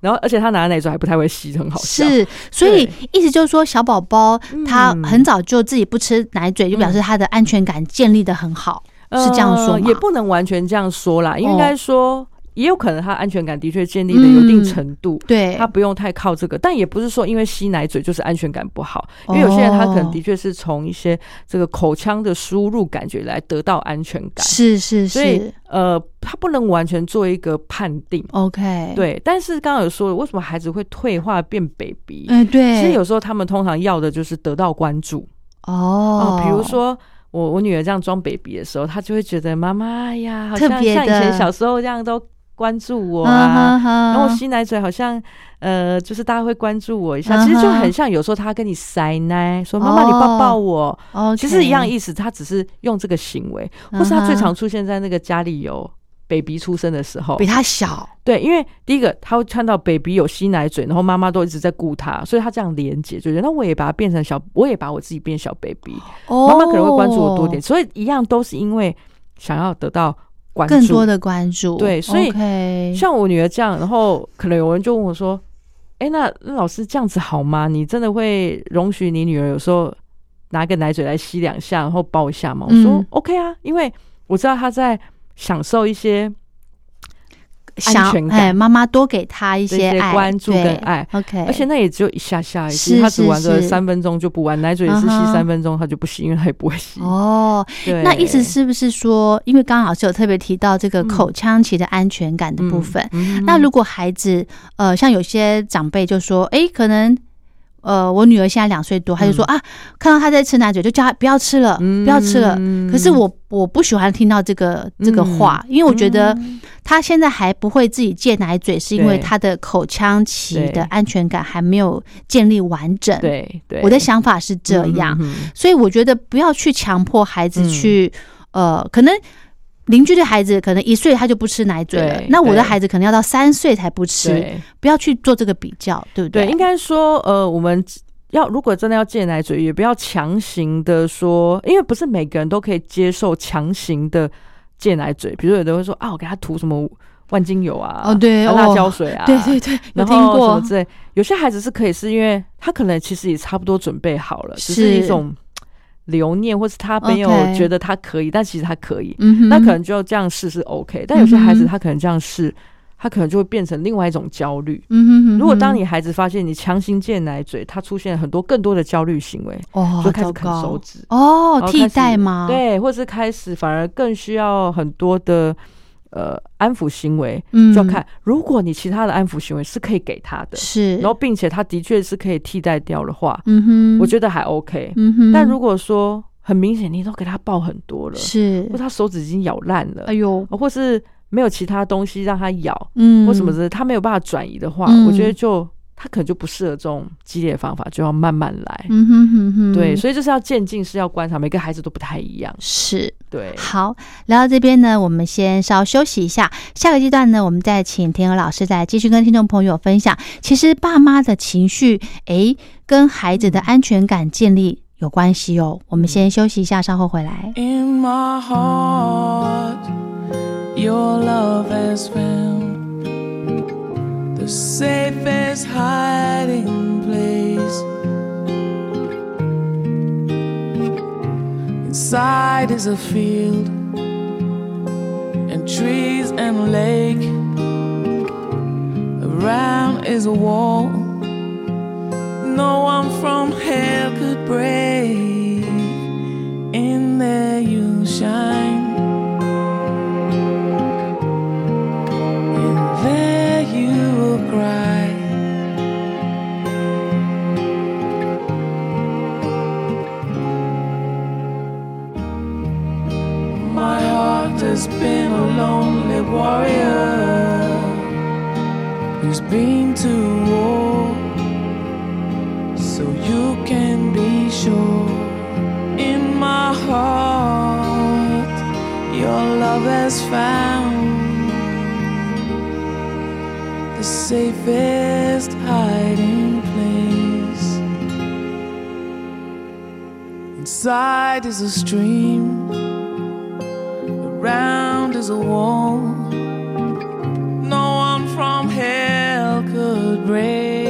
Speaker 2: 然后而且她拿的奶嘴还不太会吸，很好笑。
Speaker 1: 是，所以
Speaker 2: 对
Speaker 1: 意思就是说，小宝宝他
Speaker 2: 嗯
Speaker 1: 很早就自己不吃奶嘴，就表示他的安全感建立的很好，是这样说
Speaker 2: 呃
Speaker 1: 吗？哦
Speaker 2: 也不能完全这样说啦，应该说、也有可能他安全感的确建立的
Speaker 1: 嗯
Speaker 2: 有一定程度。
Speaker 1: 对
Speaker 2: 他，不用太靠这个，但也不是说因为吸奶嘴就是安全感不好，因
Speaker 1: 哦
Speaker 2: 为有些人他可能的确是从一些这个口腔的输入感觉来得到安全感，
Speaker 1: 是是
Speaker 2: 所以
Speaker 1: 是
Speaker 2: 呃，他不能完全做一个判定。
Speaker 1: ，OK，，
Speaker 2: 对，但是刚刚有说了，为什么孩子会退化变 baby？、
Speaker 1: 哎对，
Speaker 2: 其实有时候他们通常要的就是得到关注，
Speaker 1: 哦
Speaker 2: 哦，，比如说我我女儿这样装 baby 的时候，她就会觉得妈妈哎呀，好像
Speaker 1: 特
Speaker 2: 像
Speaker 1: 别
Speaker 2: 以
Speaker 1: 的
Speaker 2: 前小时候这样都关注我
Speaker 1: 啊哈
Speaker 2: 啊。
Speaker 1: 哈，
Speaker 2: 然后我吸奶嘴好像，呃，就是大家会关注我一下，
Speaker 1: 啊哈
Speaker 2: 其实就很像有时候她跟你塞奶，说妈妈你抱抱我，
Speaker 1: 哦，
Speaker 2: 其实一样意思，她只是用这个行为，
Speaker 1: 嗯
Speaker 2: 或是她最常出现在那个家里有 baby 出生的时候
Speaker 1: 比，他小，
Speaker 2: 对，因为第一个她会看到 baby 有吸奶嘴，然后妈妈都一直在顾她，所以她这样连接，就觉得那我也把它变成小，我也把我自己变小 baby，
Speaker 1: 妈
Speaker 2: 妈妈可能会关注我多点，，所以一样都是因为想要得到关注
Speaker 1: 更多。的关注，
Speaker 2: 对所以
Speaker 1: OK
Speaker 2: 像我女儿这样，然后可能有人就问我说：“哎、那那老师这样子好吗？你真的会容许你女儿有时候拿个奶嘴来吸两下，然后抱一下吗？”我说、
Speaker 1: 嗯
Speaker 2: o k 啊，因为我知道她在享受一些安全
Speaker 1: 想
Speaker 2: 感
Speaker 1: 哎，妈妈多给他一
Speaker 2: 这
Speaker 1: 些爱
Speaker 2: 关注
Speaker 1: 对
Speaker 2: 跟爱。
Speaker 1: ，OK，
Speaker 2: 而且那也只有一下下而已，
Speaker 1: 是
Speaker 2: 她只
Speaker 1: 是
Speaker 2: 玩个
Speaker 1: 是
Speaker 2: 三分钟就不玩，奶嘴也是吸
Speaker 1: 嗯哼
Speaker 2: 三分钟，她就不吸，因为她也不会吸。
Speaker 1: 哦，
Speaker 2: 对，
Speaker 1: 那意思是不是说，因为刚刚老师有特别提到这个口腔期的安全感的部分，
Speaker 2: 嗯哼
Speaker 1: 那如果孩子呃，像有些长辈就说，诶，可能呃，我女儿现在两岁多，他就
Speaker 2: 嗯
Speaker 1: 说、啊，看到她在吃奶嘴，就叫她不要吃了，不要吃了。可
Speaker 2: 嗯
Speaker 1: 是我我不喜欢听到这个这个话，因为我觉得她现在还不会自己戒奶嘴，是因为
Speaker 2: 嗯对
Speaker 1: 她的口腔期
Speaker 2: 对
Speaker 1: 的安全感还没有建立完整。，
Speaker 2: 对对，
Speaker 1: 我的想法是这样。
Speaker 2: 嗯哼
Speaker 1: 所以我觉得不要去强迫孩子
Speaker 2: 嗯
Speaker 1: 去，呃，可能邻居的孩子可能一岁他就不吃奶嘴了
Speaker 2: 对，
Speaker 1: 那我的
Speaker 2: 对
Speaker 1: 孩子可能要到三岁才不吃，
Speaker 2: 对
Speaker 1: 不要去做这个比较，对不
Speaker 2: 对，
Speaker 1: 对？
Speaker 2: 应该说，呃，我们要如果真的要戒奶嘴，也不要强行的说，因为不是每个人都可以接受强行的戒奶嘴。比如有的人会说啊，我给他涂什么万金油啊，
Speaker 1: 哦对
Speaker 2: 啊
Speaker 1: 哦
Speaker 2: 辣椒水啊，
Speaker 1: 对对对，有
Speaker 2: 然
Speaker 1: 听
Speaker 2: 后什
Speaker 1: 过
Speaker 2: 么，之类。有些孩子是可以，是因为他可能其实也差不多准备好了，只是
Speaker 1: 是
Speaker 2: 一种留念，或是他没有
Speaker 1: OK
Speaker 2: 觉得他可以但其实他可以，
Speaker 1: 嗯哼，
Speaker 2: 那可能就这样试是 OK。但有些
Speaker 1: 嗯哼
Speaker 2: 孩子他可能这样试，他可能就会变成另外一种焦虑。
Speaker 1: 嗯哼，嗯哼
Speaker 2: 如果当你孩子发现你强行戒奶嘴，他出现很多更多的焦虑行为，
Speaker 1: 哦
Speaker 2: 就开始
Speaker 1: 糟
Speaker 2: 啃
Speaker 1: 糕
Speaker 2: 手指，然
Speaker 1: 哦，
Speaker 2: 后
Speaker 1: 替
Speaker 2: 开始
Speaker 1: 代吗？，
Speaker 2: 对，或是开始反而更需要很多的呃安抚行为，
Speaker 1: 嗯，
Speaker 2: 就要看如果你其他的安抚行为是可以给他的，
Speaker 1: 是，
Speaker 2: 然后并且他的确是可以替代掉的话，
Speaker 1: 嗯哼，
Speaker 2: 我觉得还 OK。
Speaker 1: 嗯哼，
Speaker 2: 但如果说很明显你都给他抱很多了，
Speaker 1: 是
Speaker 2: 或，他手指已经咬烂了，
Speaker 1: 哎呦，
Speaker 2: 或是没有其他东西让他咬，
Speaker 1: 嗯，
Speaker 2: 或什么之类，他没有办法转移的话，
Speaker 1: 嗯
Speaker 2: 我觉得就他可能就不适合这种激烈的方法，就要慢慢来。
Speaker 1: 嗯哼哼哼，
Speaker 2: 对，所以就是要渐进，是要观察，每个孩子都不太一样。
Speaker 1: 是。
Speaker 2: 对，
Speaker 1: 好，聊到这边呢，我们先稍休息一下。下个阶段呢，我们再请田友老师再继续跟听众朋友分享，其实爸妈的情绪，诶，跟孩子的安全感建立有关系哦。我们先休息一下，稍后回来。
Speaker 4: In my heart, your love has found the safest hiding place. Inside is a field, and trees and a lake. Around is a wall, no one from hell could break. In there you shine. In there you will cry. My heart has been a lonely warrior who's been to war, so you can be sure. In my heart, your love has found the safest hiding place. Inside is a stream, around is a wall. No one from hell could break.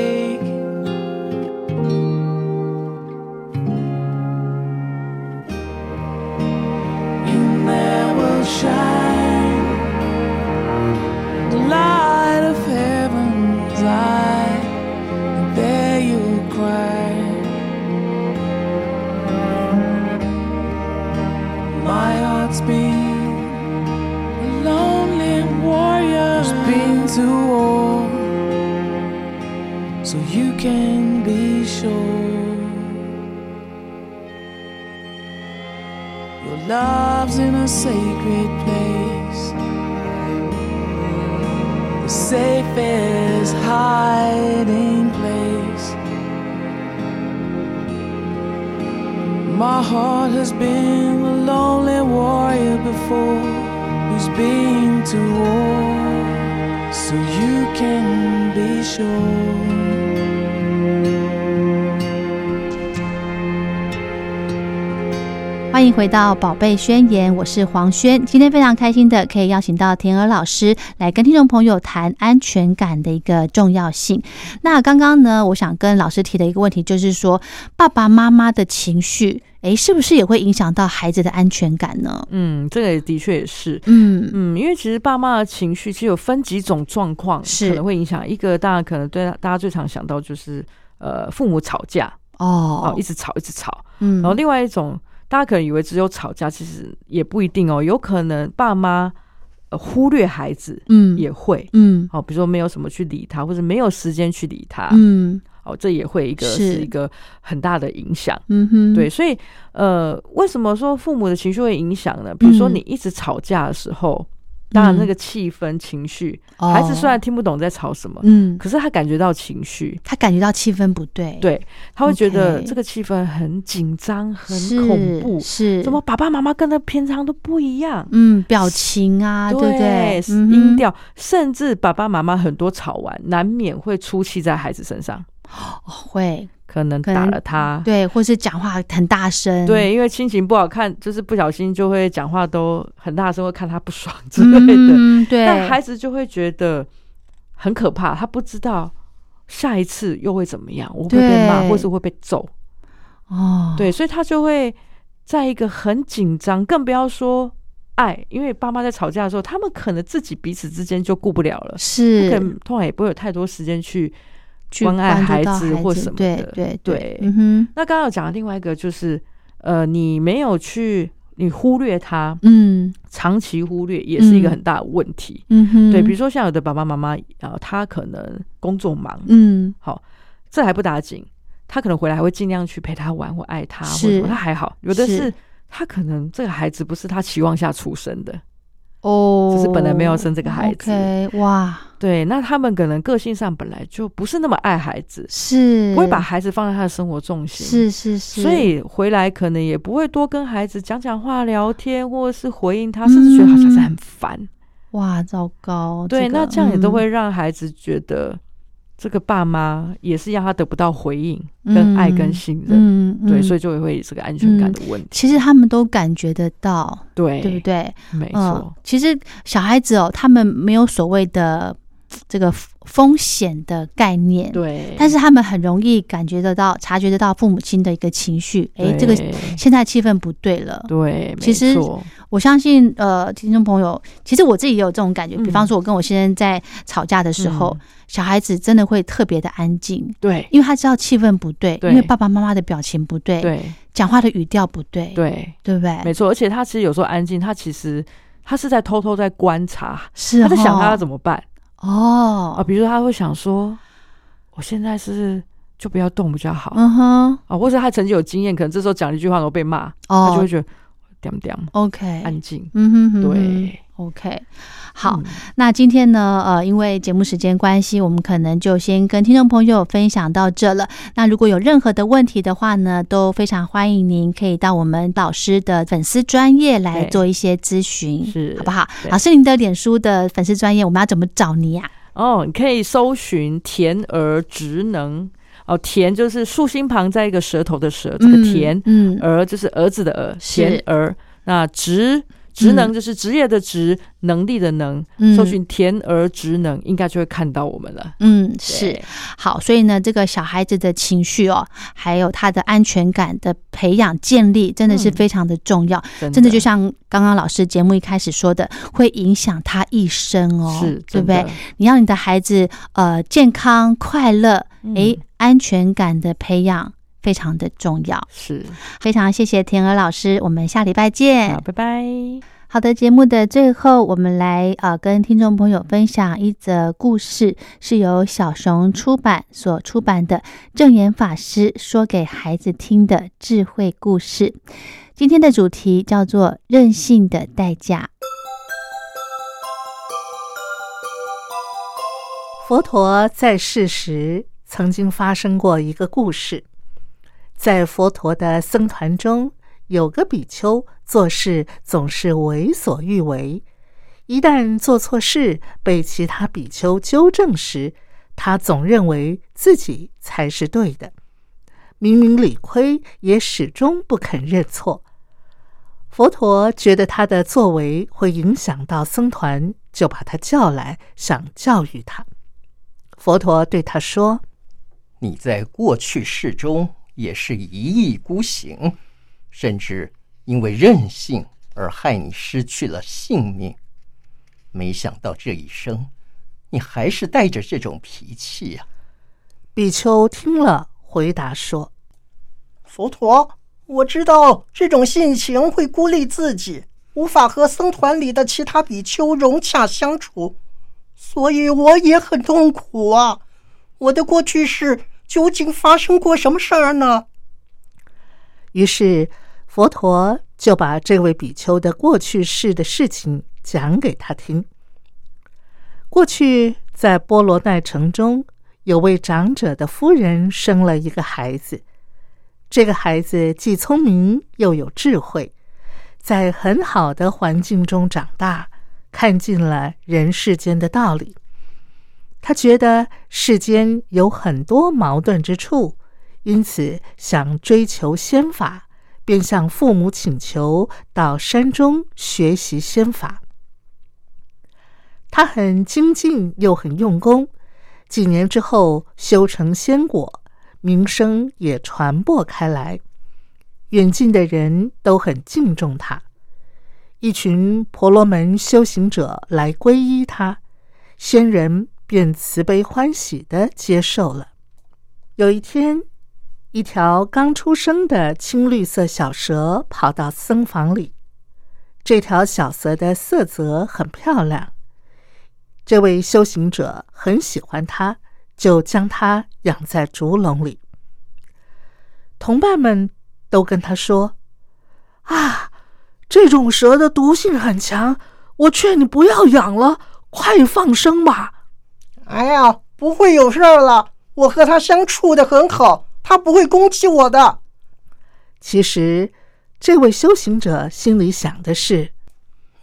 Speaker 4: In there will shine the light of heaven's eye. And there you'll cry. My heart's been a lonely warrior, who's been to war, so you can be sure. Your love's in a sacred place, the safest hiding place. My heart has been a lonely warrior before, who's been to war, so you can be sure.
Speaker 1: 欢迎回到《宝贝宣言》，我是黄轩。今天非常开心的可以邀请到田娥老师来跟听众朋友谈安全感的一个重要性。那刚刚呢，我想跟老师提的一个问题就是说，爸爸妈妈的情绪，诶，是不是也会影响到孩子的安全感呢？
Speaker 2: 嗯，这个也的确也是。
Speaker 1: 嗯，
Speaker 2: 嗯，因为其实爸妈的情绪其实有分几种状况，
Speaker 1: 是
Speaker 2: 可能会影响。一个当然可能对大家最常想到就是呃父母吵架哦
Speaker 1: 哦
Speaker 2: 一，直哦吵一直吵。
Speaker 1: 嗯
Speaker 2: 然后另外一种，大家可能以为只有吵架，其实也不一定哦，有可能爸妈、呃、忽略孩子
Speaker 1: 嗯
Speaker 2: 也会。
Speaker 1: 嗯
Speaker 2: 好、比如说没有什么去理他，或者没有时间去理他，
Speaker 1: 嗯
Speaker 2: 哦，这也会一个
Speaker 1: 是
Speaker 2: 是一个很大的影响。
Speaker 1: 嗯哼，
Speaker 2: 对，，所以呃，为什么说父母的情绪会影响呢？比如说
Speaker 1: 嗯
Speaker 2: 你一直吵架的时候，当然那个气氛、情绪，孩子虽然听不懂在吵什么，
Speaker 1: 哦嗯，
Speaker 2: 可是他感觉到情绪，
Speaker 1: 他感觉到气氛不对，，
Speaker 2: 对，他会觉得
Speaker 1: OK
Speaker 2: 这个气氛很紧张、很
Speaker 1: 是
Speaker 2: 恐怖，
Speaker 1: 是
Speaker 2: 怎么？爸爸妈妈跟他平常都不一样？
Speaker 1: 嗯，表情啊，对不对？嗯哼
Speaker 2: 音调，甚至爸爸妈妈很多吵完，难免会出气在孩子身上。
Speaker 1: 哦会，
Speaker 2: 可能
Speaker 1: 可
Speaker 2: 打
Speaker 1: 能
Speaker 2: 了他。
Speaker 1: 对，或是讲话很大声，嗯
Speaker 2: 对，因为心情不好看，就是不小心就会讲话都很大声，会看他不爽之
Speaker 1: 嗯，
Speaker 2: 类的。
Speaker 1: 对，
Speaker 2: 那孩子就会觉得很可怕，他不知道下一次又会怎么样，我会被骂，
Speaker 1: 对
Speaker 2: 或是会被揍。
Speaker 1: 哦，
Speaker 2: 对，所以他就会在一个很紧张，更不要说爱，因为爸妈在吵架的时候，他们可能自己彼此之间就顾不了了，
Speaker 1: 是
Speaker 2: 可能通常也不会有太多时间去
Speaker 1: 去
Speaker 2: 关爱
Speaker 1: 关注
Speaker 2: 孩
Speaker 1: 到
Speaker 2: 子或什么
Speaker 1: 对
Speaker 2: 的。
Speaker 1: 对
Speaker 2: 对
Speaker 1: 嗯哼，
Speaker 2: 那刚刚有讲的另外一个就是，呃，你没有去，你忽略他，
Speaker 1: 嗯
Speaker 2: 长期忽略也是一个
Speaker 1: 嗯
Speaker 2: 很大的问题。
Speaker 1: 嗯哼，
Speaker 2: 对，比如
Speaker 1: 说，
Speaker 2: 说像有的爸爸妈妈，呃，他可能工作忙，
Speaker 1: 嗯
Speaker 2: 好，这还不打紧，他可能回来还会尽量去陪他玩或爱他，或
Speaker 1: 是
Speaker 2: 者什么他还好。有的
Speaker 1: 是
Speaker 2: 是他可能这个孩子不是他期望下出生的，
Speaker 1: 哦，
Speaker 2: 只是本来没有生这个孩子
Speaker 1: OK，哇，
Speaker 2: 对，那他们可能个性上本来就不是那么爱孩子，
Speaker 1: 是
Speaker 2: 不会把孩子放在他的生活重心。
Speaker 1: 是是是，
Speaker 2: 所以回来可能也不会多跟孩子讲讲话、聊天，或者是回应他，甚至觉得好像是很烦。
Speaker 1: 哇，糟糕，
Speaker 2: 对，
Speaker 1: 嗯个
Speaker 2: 那这样也都
Speaker 1: 嗯
Speaker 2: 会让孩子觉得这个爸妈也是让他得不到回应、跟爱、跟信任。
Speaker 1: 嗯，嗯
Speaker 2: 对，
Speaker 1: 嗯
Speaker 2: 所以就会有这个安全感的问题。
Speaker 1: 其实他们都感觉得到，
Speaker 2: 对，
Speaker 1: 对不对？
Speaker 2: 没
Speaker 1: 嗯
Speaker 2: 错，，
Speaker 1: 其实小孩子哦，他们没有所谓的这个风险的概念，
Speaker 2: 对。
Speaker 1: 但是他们很容易感觉得到、察觉得到父母亲的一个情绪，诶，
Speaker 2: 对
Speaker 1: 这个现在气氛不对了。
Speaker 2: 对，
Speaker 1: 其实
Speaker 2: 没错
Speaker 1: 我相信，呃，听众朋友，其实我自己也有这种感觉。
Speaker 2: 嗯
Speaker 1: 比方说，我跟我先生在吵架的时候，
Speaker 2: 嗯
Speaker 1: 小孩子真的会特别的安静，
Speaker 2: 对
Speaker 1: 因为他知道气氛不对，
Speaker 2: 对
Speaker 1: 因为爸爸妈妈的表情不对，
Speaker 2: 对
Speaker 1: 讲话的语调不对，
Speaker 2: 对，
Speaker 1: 对不对？
Speaker 2: 没错。而且他其实有时候安静，他其实他是在偷偷在观察，
Speaker 1: 是、
Speaker 2: 他
Speaker 1: 哦，
Speaker 2: 在想他要怎么办
Speaker 1: 哦
Speaker 2: 啊？比如说他会想说，我现在是就不要动比较好
Speaker 1: 嗯哼，
Speaker 2: 啊，或者他曾经有经验，可能这时候讲了一句话然后被骂，他就
Speaker 1: 哦
Speaker 2: 会觉得点点
Speaker 1: ，OK，
Speaker 2: 安静。
Speaker 1: 嗯哼哼哼
Speaker 2: 对，
Speaker 1: ，OK，好，
Speaker 2: 嗯
Speaker 1: 那今天呢，呃，因为节目时间关系，我们可能就先跟听众朋友分享到这了。那如果有任何的问题的话呢，都非常欢迎您可以到我们老师的粉丝专业来
Speaker 2: 对
Speaker 1: 做一些咨询，
Speaker 2: 是
Speaker 1: 好不好？
Speaker 2: 对
Speaker 1: 老师，您的脸书的粉丝专业，我们要怎么找你啊呀、
Speaker 2: 哦，你可以搜寻“甜儿职能”，哦，甜就是竖心旁在一个舌头的舌，这个甜，
Speaker 1: 嗯，嗯
Speaker 2: 儿就是儿子的儿，
Speaker 1: 是
Speaker 2: 贤儿。那职职能
Speaker 1: 嗯
Speaker 2: 就是职业的职，能力的能。
Speaker 1: 嗯
Speaker 2: 搜寻田儿职能，应该就会看到我们了。
Speaker 1: 嗯，
Speaker 2: 对
Speaker 1: 是，好，所以呢，这个小孩子的情绪哦，还有他的安全感的培养建立，真的是
Speaker 2: 嗯
Speaker 1: 非常的重要。
Speaker 2: 真的
Speaker 1: 真的就像刚刚老师节目一开始说的，会影响他一生哦，
Speaker 2: 是，
Speaker 1: 对
Speaker 2: 真
Speaker 1: 不
Speaker 2: 的
Speaker 1: 对？？你要你的孩子呃健康快乐，
Speaker 2: 嗯
Speaker 1: 诶，安全感的培养非常的重要。
Speaker 2: 是。
Speaker 1: 非常谢谢田娥老师，我们下礼拜见。
Speaker 2: 好，拜拜。
Speaker 1: 好的，节目的最后，我们来呃跟听众朋友分享一则故事，是由小熊出版所出版的《正言法师说给孩子听的智慧故事》。今天的主题叫做“任性的代价”。
Speaker 5: 佛陀在世时曾经发生过一个故事，在佛陀的僧团中，有个比丘做事总是为所欲为，一旦做错事被其他比丘纠正时，他总认为自己才是对的，明明理亏也始终不肯认错。佛陀觉得他的作为会影响到僧团，就把他叫来，想教育他。佛陀对他说
Speaker 6: 你在过去世中也是一意孤行，甚至因为任性而害你失去了性命。没想到这一生，你还是带着这种脾气啊呀、：“
Speaker 5: 比丘听了，回答说
Speaker 6: 佛陀，我知道这种性情会孤立自己，无法和僧团里的其他比丘融洽相处，所以我也很痛苦啊。我的过去世究竟发生过什么事儿呢？：‘
Speaker 5: 于是佛陀就把这位比丘的过去世的事情讲给他听。过去在波罗奈城中，有位长者的夫人生了一个孩子，这个孩子既聪明又有智慧，在很好的环境中长大，看尽了人世间的道理。他觉得世间有很多矛盾之处，因此想追求仙法，便向父母请求到山中学习仙法。他很精进又很用功，几年之后修成仙果，名声也传播开来，远近的人都很敬重他。一群婆罗门修行者来皈依他，仙人便慈悲欢喜的接受了。有一天，一条刚出生的青绿色小蛇跑到僧房里。这条小蛇的色泽很漂亮，这位修行者很喜欢它，就将它养在竹笼里。同伴们都跟他说：“啊！”这种蛇的毒性很强，我劝你不要养了，快放生吧。
Speaker 6: 哎呀，不会有事儿了，我和它相处的很好，它不会攻击我的。
Speaker 5: 其实，这位修行者心里想的是：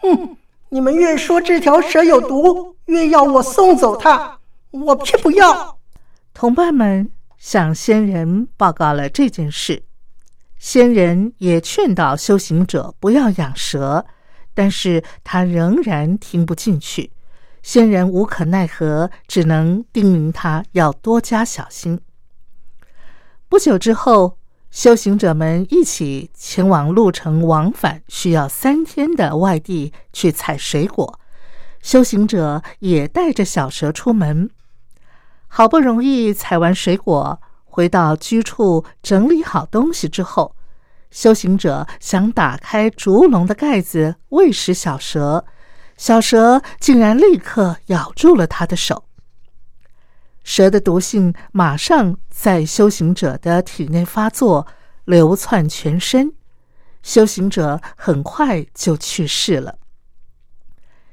Speaker 6: 哼，你们越说这条蛇有毒，越要我送走它，我偏不要。
Speaker 5: 同伴们向仙人报告了这件事。仙人也劝导修行者不要养蛇，但是他仍然听不进去。仙人无可奈何，只能叮咛他要多加小心。不久之后，修行者们一起前往路程往返需要三天的外地去采水果，修行者也带着小蛇出门。好不容易采完水果。回到居处，整理好东西之后，修行者想打开竹笼的盖子喂食小蛇，小蛇竟然立刻咬住了他的手。蛇的毒性马上在修行者的体内发作，流窜全身，修行者很快就去世了。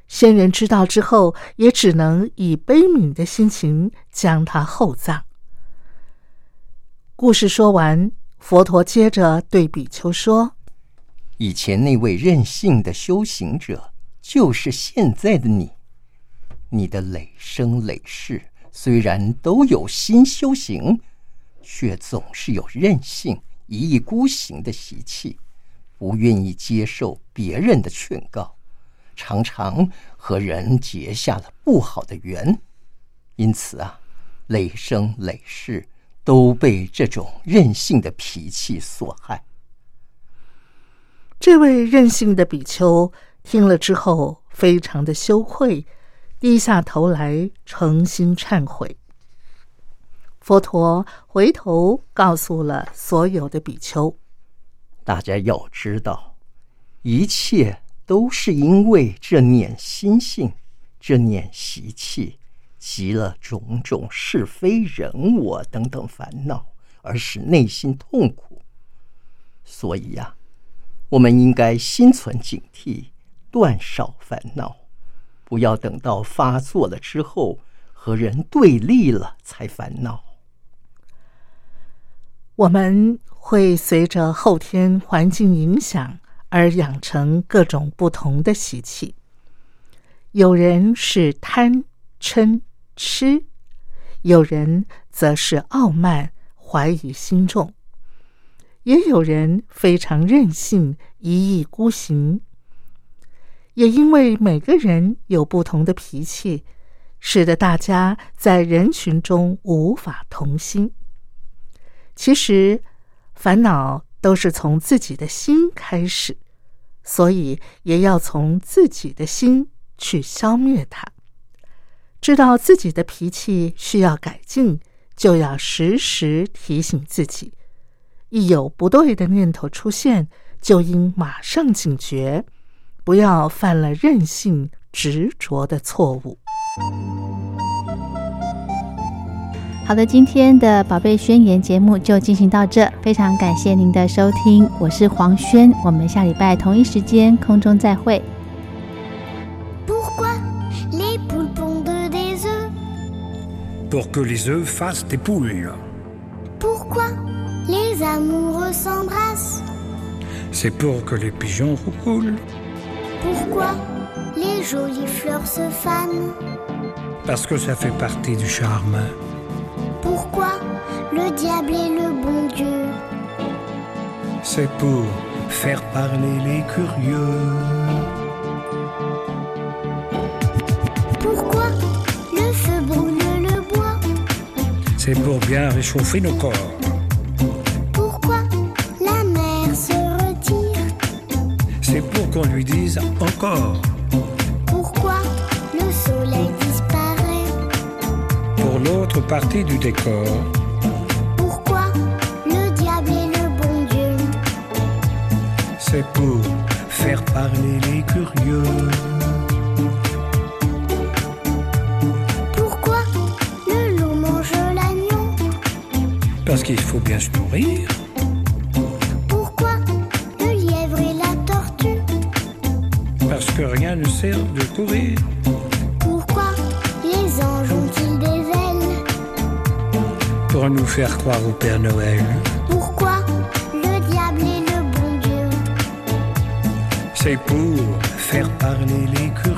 Speaker 5: 仙人知道之后，也只能以悲悯的心情将他厚葬。故事说完，佛陀接着对比丘说：“
Speaker 7: 以前那位任性的修行者，就是现在的你。你的累生累世，虽然都有心修行，却总是有任性、一意孤行的习气，不愿意接受别人的劝告，常常和人结下了不好的缘。因此啊，累生累世。”都被这种任性的脾气所害。
Speaker 5: 这位任性的比丘听了之后，非常的羞愧，低下头来，诚心忏悔。佛陀回头告诉了所有的比丘：“
Speaker 7: 大家要知道，一切都是因为这念心性，这念习气。”集了种种是非、人我等等烦恼，而使内心痛苦。所以呀、啊，我们应该心存警惕，断少烦恼，不要等到发作了之后和人对立了才烦恼。
Speaker 5: 我们会随着后天环境影响而养成各种不同的习气。有人是贪嗔。吃，有人则是傲慢、怀疑心重，也有人非常任性、一意孤行。也因为每个人有不同的脾气，使得大家在人群中无法同心。其实，烦恼都是从自己的心开始，所以也要从自己的心去消灭它。知道自己的脾气需要改进，就要时时提醒自己；一有不对的念头出现，就应马上警觉，不要犯了任性执着的错误。
Speaker 1: 好的，今天的《宝贝宣言》节目就进行到这，非常感谢您的收听，我是黄轩，我们下礼拜同一时间空中再会。
Speaker 8: pour que les œufs fassent des poules.
Speaker 9: Pourquoi les amoureux s'embrassent
Speaker 8: C'est pour que les pigeons roucoulent.
Speaker 9: Pourquoi les jolies fleurs se fanent
Speaker 8: Parce que ça fait partie du charme.
Speaker 9: Pourquoi le diable et le bon Dieu.
Speaker 8: C'est pour faire parler les curieux.
Speaker 9: Pourquoi le feu brûle le bois
Speaker 8: C'est pour bien réchauffer nos corps.
Speaker 9: Pourquoi la mer se retire
Speaker 8: C'est pour qu'on lui dise encore.
Speaker 9: Pourquoi le soleil disparaît
Speaker 8: Pour l'autre partie du décor,
Speaker 9: Pourquoi le diable et le bon Dieu
Speaker 8: c'est pour faire parler les curieux.
Speaker 9: Pourquoi le loup mange l'agneau
Speaker 8: Parce qu'il faut bien se nourrir.
Speaker 9: Pourquoi le lièvre et la tortue
Speaker 8: Parce que rien ne sert de courir.
Speaker 9: Pourquoi les anges ont-ils des ailes
Speaker 8: Pour nous faire croire au Père Noël,
Speaker 9: Pourquoi le diable et le bon Dieu
Speaker 8: c'est pour faire parler les curieux.